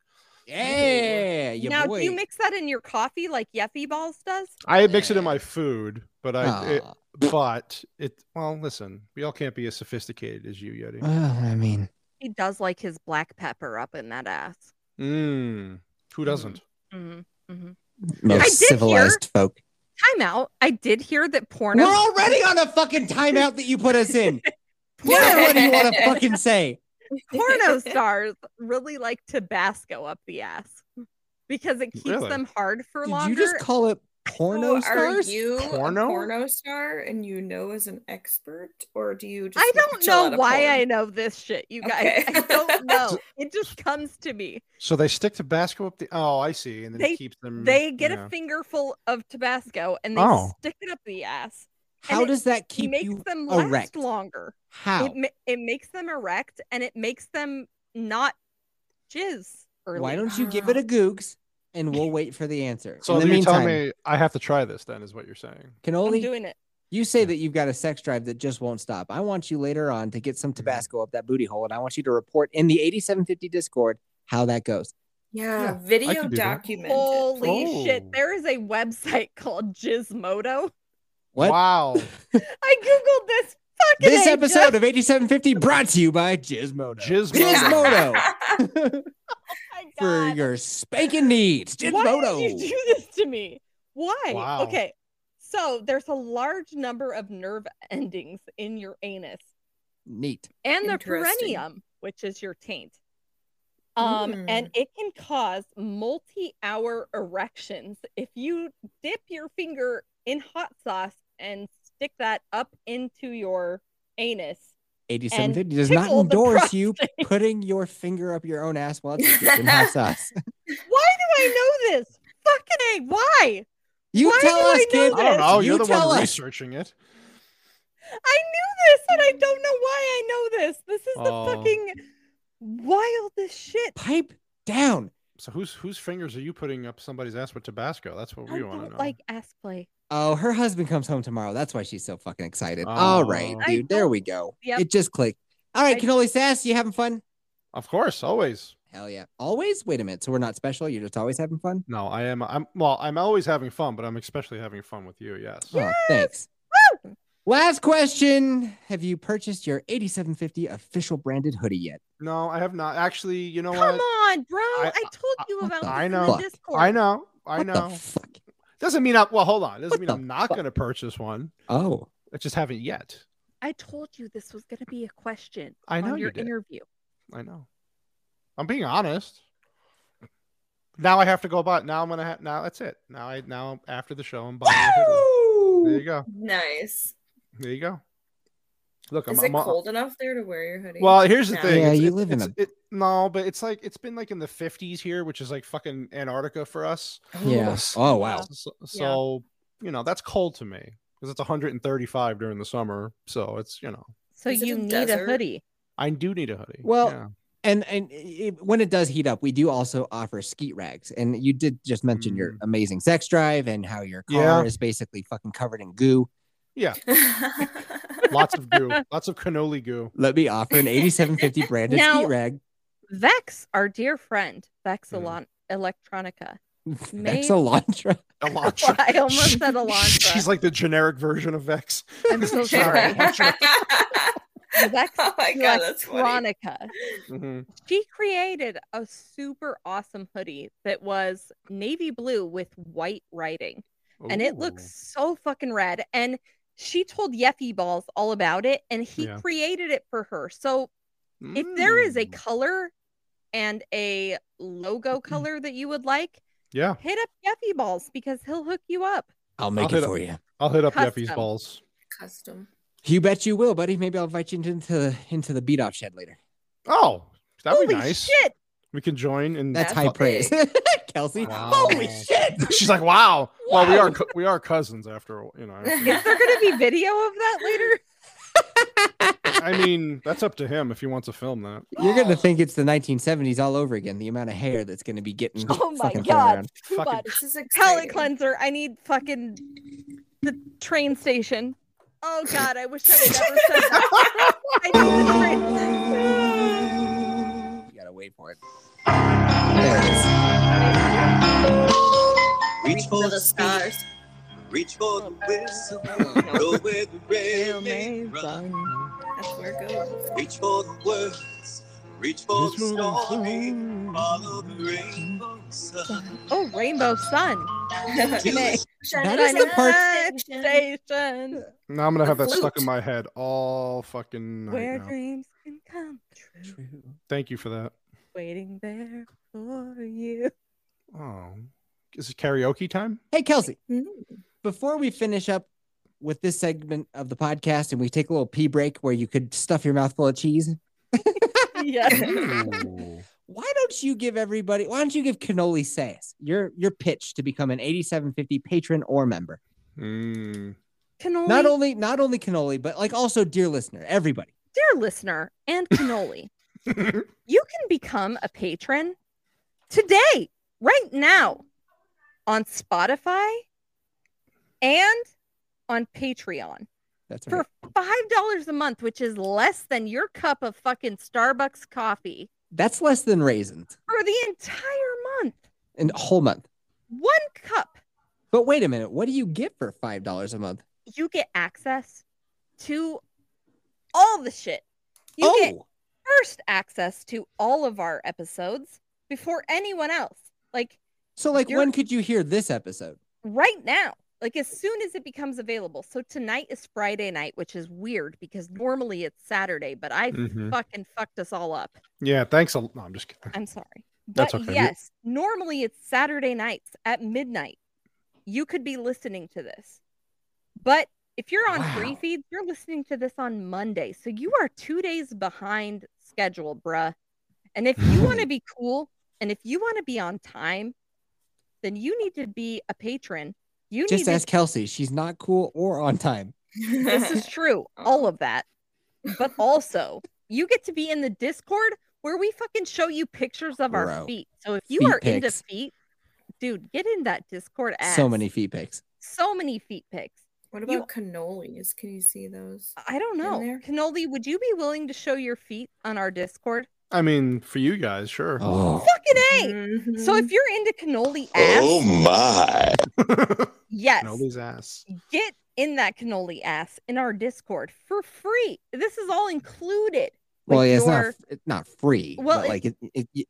yeah, your
now,
boy.
do you mix that in your coffee like Yeffy Balls does?
I mix it
Yeah.
in my food, but I it,
Aw.
but it well listen, we all can't be as sophisticated as you, Yeti.
Well, I mean,
He does like his black pepper up in that ass.
Mm,
Mm-hmm.
who doesn't?
Mm-hmm.
Mhm.
most
did hear-
civilized folk.
Time out. I did hear that porno.
We're already on a fucking timeout that you put us in. What more do you want to fucking say?
porno stars really like Tabasco up the ass because it keeps
Really?
them hard for
Did
longer.
you just call it porno
So are
stars?
you
Porno?
a porno star and you know as an expert, or do you just
I
like,
don't
chill
know
out of
why I
porn?
know this shit, you guys.
Okay.
I don't know. It just comes to me.
So they stick Tabasco up the. Oh, I see. And then
They-
it keeps them.
They get
Mm, yeah.
a fingerful of Tabasco and they
Oh.
stick it up the ass.
How
and it
does that keep
makes
you
them last
erect?
longer.
How?
It ma- it makes them erect and it makes them not jizz early.
Why don't you give it a googs and we'll wait for the answer.
So
In the
you're
meantime,
telling me I have to try this then, is what you're saying.
can
I'm
only
doing it?
you say that you've got a sex drive that just won't stop. I want you later on to get some
Mm-hmm.
Tabasco up that booty hole, and I want you to report in the 8750 Discord how that goes.
Yeah,
Yeah, I
video
could do that.
documented.
Holy
Oh.
shit. There is a website called Jizmodo.
What?
Wow.
I Googled this fucking
This
A,
episode of 8750 brought to you by Gizmodo.
Jizmo.
Gizmodo
just- my
for
God.
your spanking needs.
Why did you
Gizmodo.
do this to me? Why?
Wow.
Okay. So there's a large number of nerve endings in your anus
Neat.
and the
Interesting.
perineum, which is your taint. Um, and
Hmm.
it can cause multi-hour erections if you dip your finger in hot sauce and stick that up into your anus.
8750 does not
tickle the
endorse you
prostate.
putting your finger up your own ass while it's in hot sauce.
Why do I know this? Fucking a why?
You
Why
tell us,
do I know
kid.
I don't know.
You
You're the
tell
one
us.
researching it.
I knew this and I don't know why I know this. This is the
Oh.
fucking wildest shit.
Pipe down.
So whose whose fingers are you putting up somebody's ass with Tabasco? That's what
I
we want to
don't
know.
like ass play.
Oh, her husband comes home tomorrow. That's why she's so fucking excited. All right,
Oh.
I
dude. There
don't-
we go.
Yep.
It just clicked. All right,
I-
Cannoli Sass, you having fun?
Of course, always.
Hell yeah. Always? Wait a minute. So we're not special? You're just always having fun?
No, I am. I'm well. I'm always having fun, but I'm especially having fun with you. Yes.
Oh, thanks.
Woo!
Last question. Have you purchased your 8750 official branded hoodie yet?
No, I have not. Actually, you know
Come
what?
on, bro. I,
I-
told you about this
I
in
know.
the
Fuck.
Discord.
I know. I
what
know.
the fuck?
Doesn't mean I. Well, hold on. Doesn't
What
mean
the
I'm not
fuck?
going to purchase one.
Oh,
I just haven't yet.
I told you this was going to be a question
I know
on
you
your
did.
interview.
I know. I'm being honest. Now I have to go buy. Now I'm gonna have. Now that's it. Now I. Now after the show, I'm buying. a hoodie. There you go.
nice.
There you go. Look,
Is
I'm,
it
I'm-
cold enough there to wear your hoodie?
Well, here's the
No.
thing.
Yeah,
it's-
you
it-
live in
it's- It, no, but it's like it's been like in the 50s here, which is like fucking Antarctica for us.
yeah. Oh, wow.
So, so, you know that's cold to me because it's 135 during the summer. So it's you know
So
Is it
you
a
need
desert?
a hoodie.
I do need a hoodie.
Well,
yeah.
And and it, when it does heat up, we do also offer skeet rags. And you did just mention your
Mm.
amazing sex drive and how your car
Yeah.
is basically fucking covered in goo.
yeah,
Wow.
lots of goo, lots of cannoli goo.
Let me offer an 8750 branded
Now-
skeet rag.
Vex, our dear friend, Vex
Mm.
Elon- Electronica. Made-
That's Elantra.
Elantra.
I almost said Elantra.
Oh, She's like the generic version of Vex.
I'm so
Sorry.
sorry. Vex
oh my god, that's funny.
Electronica.
Mhm.
She created a super awesome hoodie that was navy blue with white writing. and it looks
Ooh.
so fucking rad. And she told Yeffy Balls all about it, and he
Yeah.
created it for her. So if there is a
Mm.
color and a logo color that you would like,
yeah,
hit up Yeffy Balls because he'll hook you up.
I'll make
hit
it
up-
for you.
I'll hit up Yeffy's
Custom.
balls.
Custom.
You bet you will, buddy. Maybe I'll invite you into the into the beat off shed later.
Oh, that'd
Holy
be nice.
shit!
We can join and
That's,
That's
high
big.
praise, Kelsey.
Wow.
Holy shit!
She's like, wow. Well, we are co- we are cousins after all, you know.
Is there going to be video of that later?
I mean, that's up to him if he wants to film that.
You're gonna think it's the 1970s all over again. The amount of hair that's gonna be getting.
Oh my
fucking thrown
god!
around.
Too
Fucking-
much.
This is
Palette
exciting.
cleanser. I need fucking the train station. Oh god, I wish I had never said that. I need the train
You gotta wait for it. There it is.
Reach for the
Stars.
reach for the whistle, go where the rail may run.
That's where it goes.
Reach for the words, reach for the story, follow the rainbow sun.
Oh, Rainbow Sun
Today.
That is the part.
Station,
Now I'm gonna have
The
that stuck in
flute.
my head all fucking night
where
now.
dreams can come true.
Thank you for that.
Waiting there for you.
Oh, is it karaoke time?
Hey, Kelsey.
Mhm.
before we finish up with this segment of the podcast and we take a little pee break where you could stuff your mouth full of cheese,
yeah.
why don't you give everybody, why don't you give Cannoli Sayas your, your pitch to become an 8750 patron or member?
Mm.
Cannoli,
Not only, not only Cannoli, but like also dear listener, everybody.
dear listener and cannoli, you can become a patron today, right now, on Spotify and on Patreon.
That's right.
for five dollars a month, which is less than your cup of fucking Starbucks coffee
That's less than raisins
for the entire month.
in a whole month.
One cup,
But wait a minute, what do you get for five dollars a month?
you get access to all the shit. You
Oh,
get first access to all of our episodes before anyone else. Like
so like
you're-
when could you hear this episode?
right now. Like as soon as it becomes available. So tonight is Friday night, which is weird because normally it's Saturday, but I
Mhm.
fucking fucked us all up.
Yeah, thanks. A, no, I'm just kidding.
I'm sorry. But
That's okay. You-
yes, normally it's Saturday nights at midnight. You could be listening to this. But if you're on free
Wow.
feed, you're listening to this on Monday. So you are two days behind schedule, bruh. And if you want to be cool and if you want to be on time, then you need to be a patron. You
Just
need
ask Kelsey. She's not cool or on time.
to, this is true. All of that. But also, you get to be in the Discord where we fucking show you pictures of our
Bro.
feet. So if you
Feet
are into
pics.
feet, dude, get in that Discord ass.
So many feet pics.
so many feet pics.
What about
You-
cannolis? Can you see those?
I don't
In
know.
there?
Cannoli, would you be willing to show your feet on our Discord?
I mean, for you guys, sure.
Oh,
Fucking A. So
Mhm.
if you're into cannoli ass,
my.
yes.
Nobody's ass.
get in that cannoli ass in our Discord for free. This is all included.
well,
Like
yeah, it's
your-
not it's not free.
Well,
Well,
it-
like it, it, it-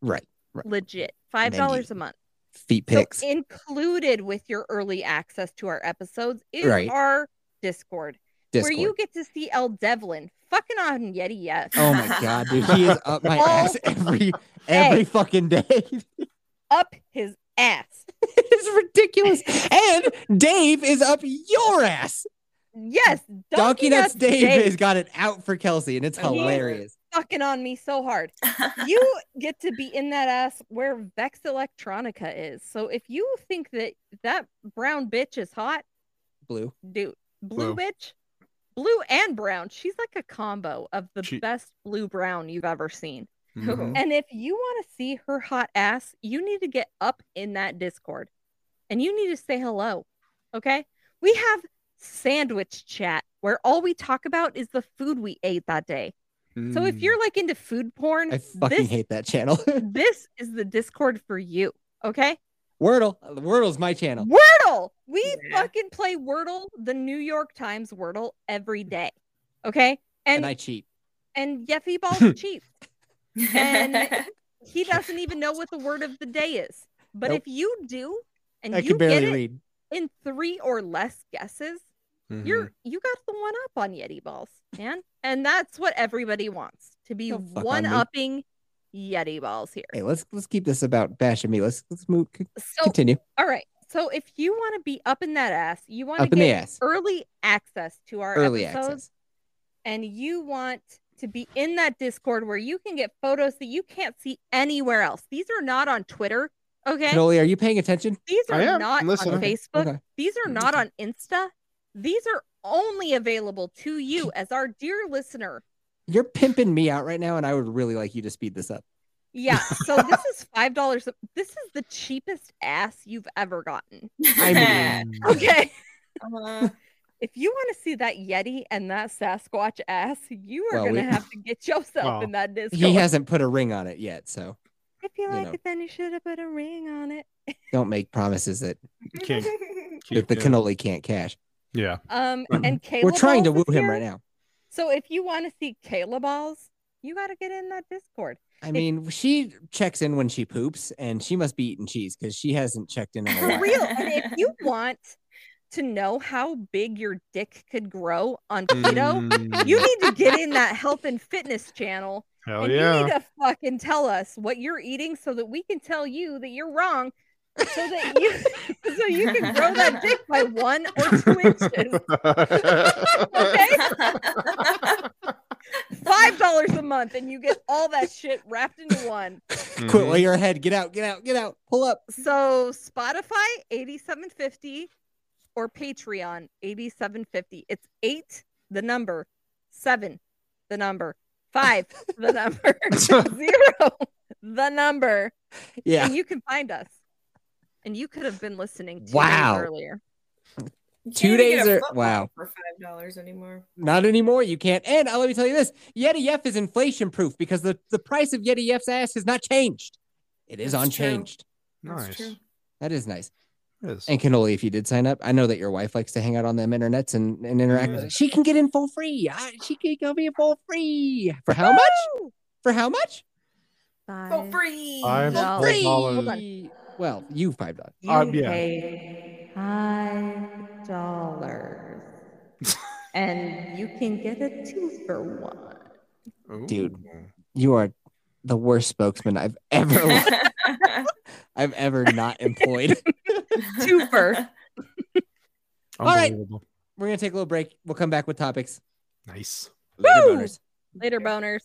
right.
Legit. $5 a
Menu.
month.
Feet
So
pics.
included with your early access to our episodes is
Right.
our Discord,
Discord.
where you get to see El Devlin fucking on Yeti Yes
Oh my god, dude, he is up my
All
ass every every fucking day. it
up his ass.
is ridiculous. And Dave is up your ass.
Yes,
Donkey, Nuts Dave,
Dave
has got it out for Kelsey, and it's
I love it.
hilarious.
fucking on me so hard. You get to be in that ass where Vex Electronica is. So if you think that that brown bitch is hot,
Blue.
dude,
Blue.
blue, bitch, blue and brown, she's like a combo of the
She-
best blue brown you've ever seen.
Mm-hmm.
Mhm.
And if you want to see her hot ass, you need to get up in that Discord and you need to say hello. Okay. We have sandwich chat where all we talk about is the food we ate that day. So if
Mm.
you're like into food porn,
I fucking
this,
hate that channel.
this is the Discord for you. Okay.
Wordle. Wordle's my channel.
Wordle. We
Yeah.
fucking play Wordle, the New York Times Wordle every day. Okay.
And,
And
I
and,
cheat.
Yeffy Balls cheats.
Mm-hmm.
And- he doesn't even know what the word of the day is. But
Nope.
if you do, and
I
you
can
get
barely
it
read.
in three or less guesses,
Mhm.
you're
Mm-hmm.
you got the one up on Yeti balls, man. And that's what everybody wants to be
Don't fuck on me.
one upping Yeti balls here.
Hey, let's let's keep this about bashing me. Let's let's move c-
So
continue.
all right. So if you want to be up in that ass, you want to
Up in the
get
ass.
early access to our
Early
episodes,
access.
and you want to be in that Discord where you can get photos that you can't see anywhere else. These are not on Twitter. Okay.
Cannoli, are you paying attention?
These
I am.
are
I'm
not on
listening.
Okay,
Facebook.
okay.
These are not on Insta. These are only available to you as our dear listener.
You're pimping me out right now, and I would really like you to speed this up.
Yeah. So this is five dollars. This is the cheapest ass you've ever gotten.
I
Mm-hmm.
mean,
Okay.
Uh,
If you want to see that Yeti and that Sasquatch ass, you are
Well,
gonna
we-
have to get yourself
Well,
in that Discord.
he hasn't put a ring on it yet, so
if you
you
like
know.
it, then you should have put a ring on it.
don't make promises that,
You can't
that
keep
the
it.
cannoli can't cash.
Yeah.
Um, and Kayla
We're trying to woo
Balls is
him
here.
right now.
So if you want to see Kayla balls, you got to get in that Discord.
I mean, she checks in when she poops, and she must be eating cheese because she hasn't checked in in a
for
while.
real. And if you want to know how big your dick could grow on keto,
Mm.
you need to get in that health and fitness channel.
Hell
and you
Oh, yeah.
need to fucking tell us what you're eating so that we can tell you that you're wrong so that you so you can grow that dick by one or two inches. Okay, five dollars a month, and you get all that shit wrapped into one.
Quit while you're ahead. Get out, get out, get out. Pull up.
So Spotify eighty-seven fifty, or Patreon eighty-seven fifty. It's eight the number, seven the number, five the number, zero the number.
Yeah.
And you can find us. And you could have been listening to
Wow.
earlier.
You
Two
can't
days
even get a
or-
football
wow.
for five dollars anymore.
Not anymore. You can't. And uh, let me tell you this Yeti F is inflation proof because the, the price of Yeti F's ass has not changed. It is
That's
unchanged.
That's
nice.
true.
That is nice.
It is.
And cannoli, if you did sign up, I know that your wife likes to hang out on them internets and, and interact. with
Yeah.
it. She can get in for free. I, she can go be for free. For how much? For how much?
Five.
For free.
I'm
No.
full
Free.
dollars.
Well, you five dollars.
You
Um, yeah.
pay five dollars. and you can get a two for one.
Ooh.
Dude. You are the worst spokesman I've ever I've ever not employed.
Twofer.
All right.
Unbelievable.
We're gonna take a little break. We'll come back with topics.
Nice.
Later,
Woo!
boners.
Later boners.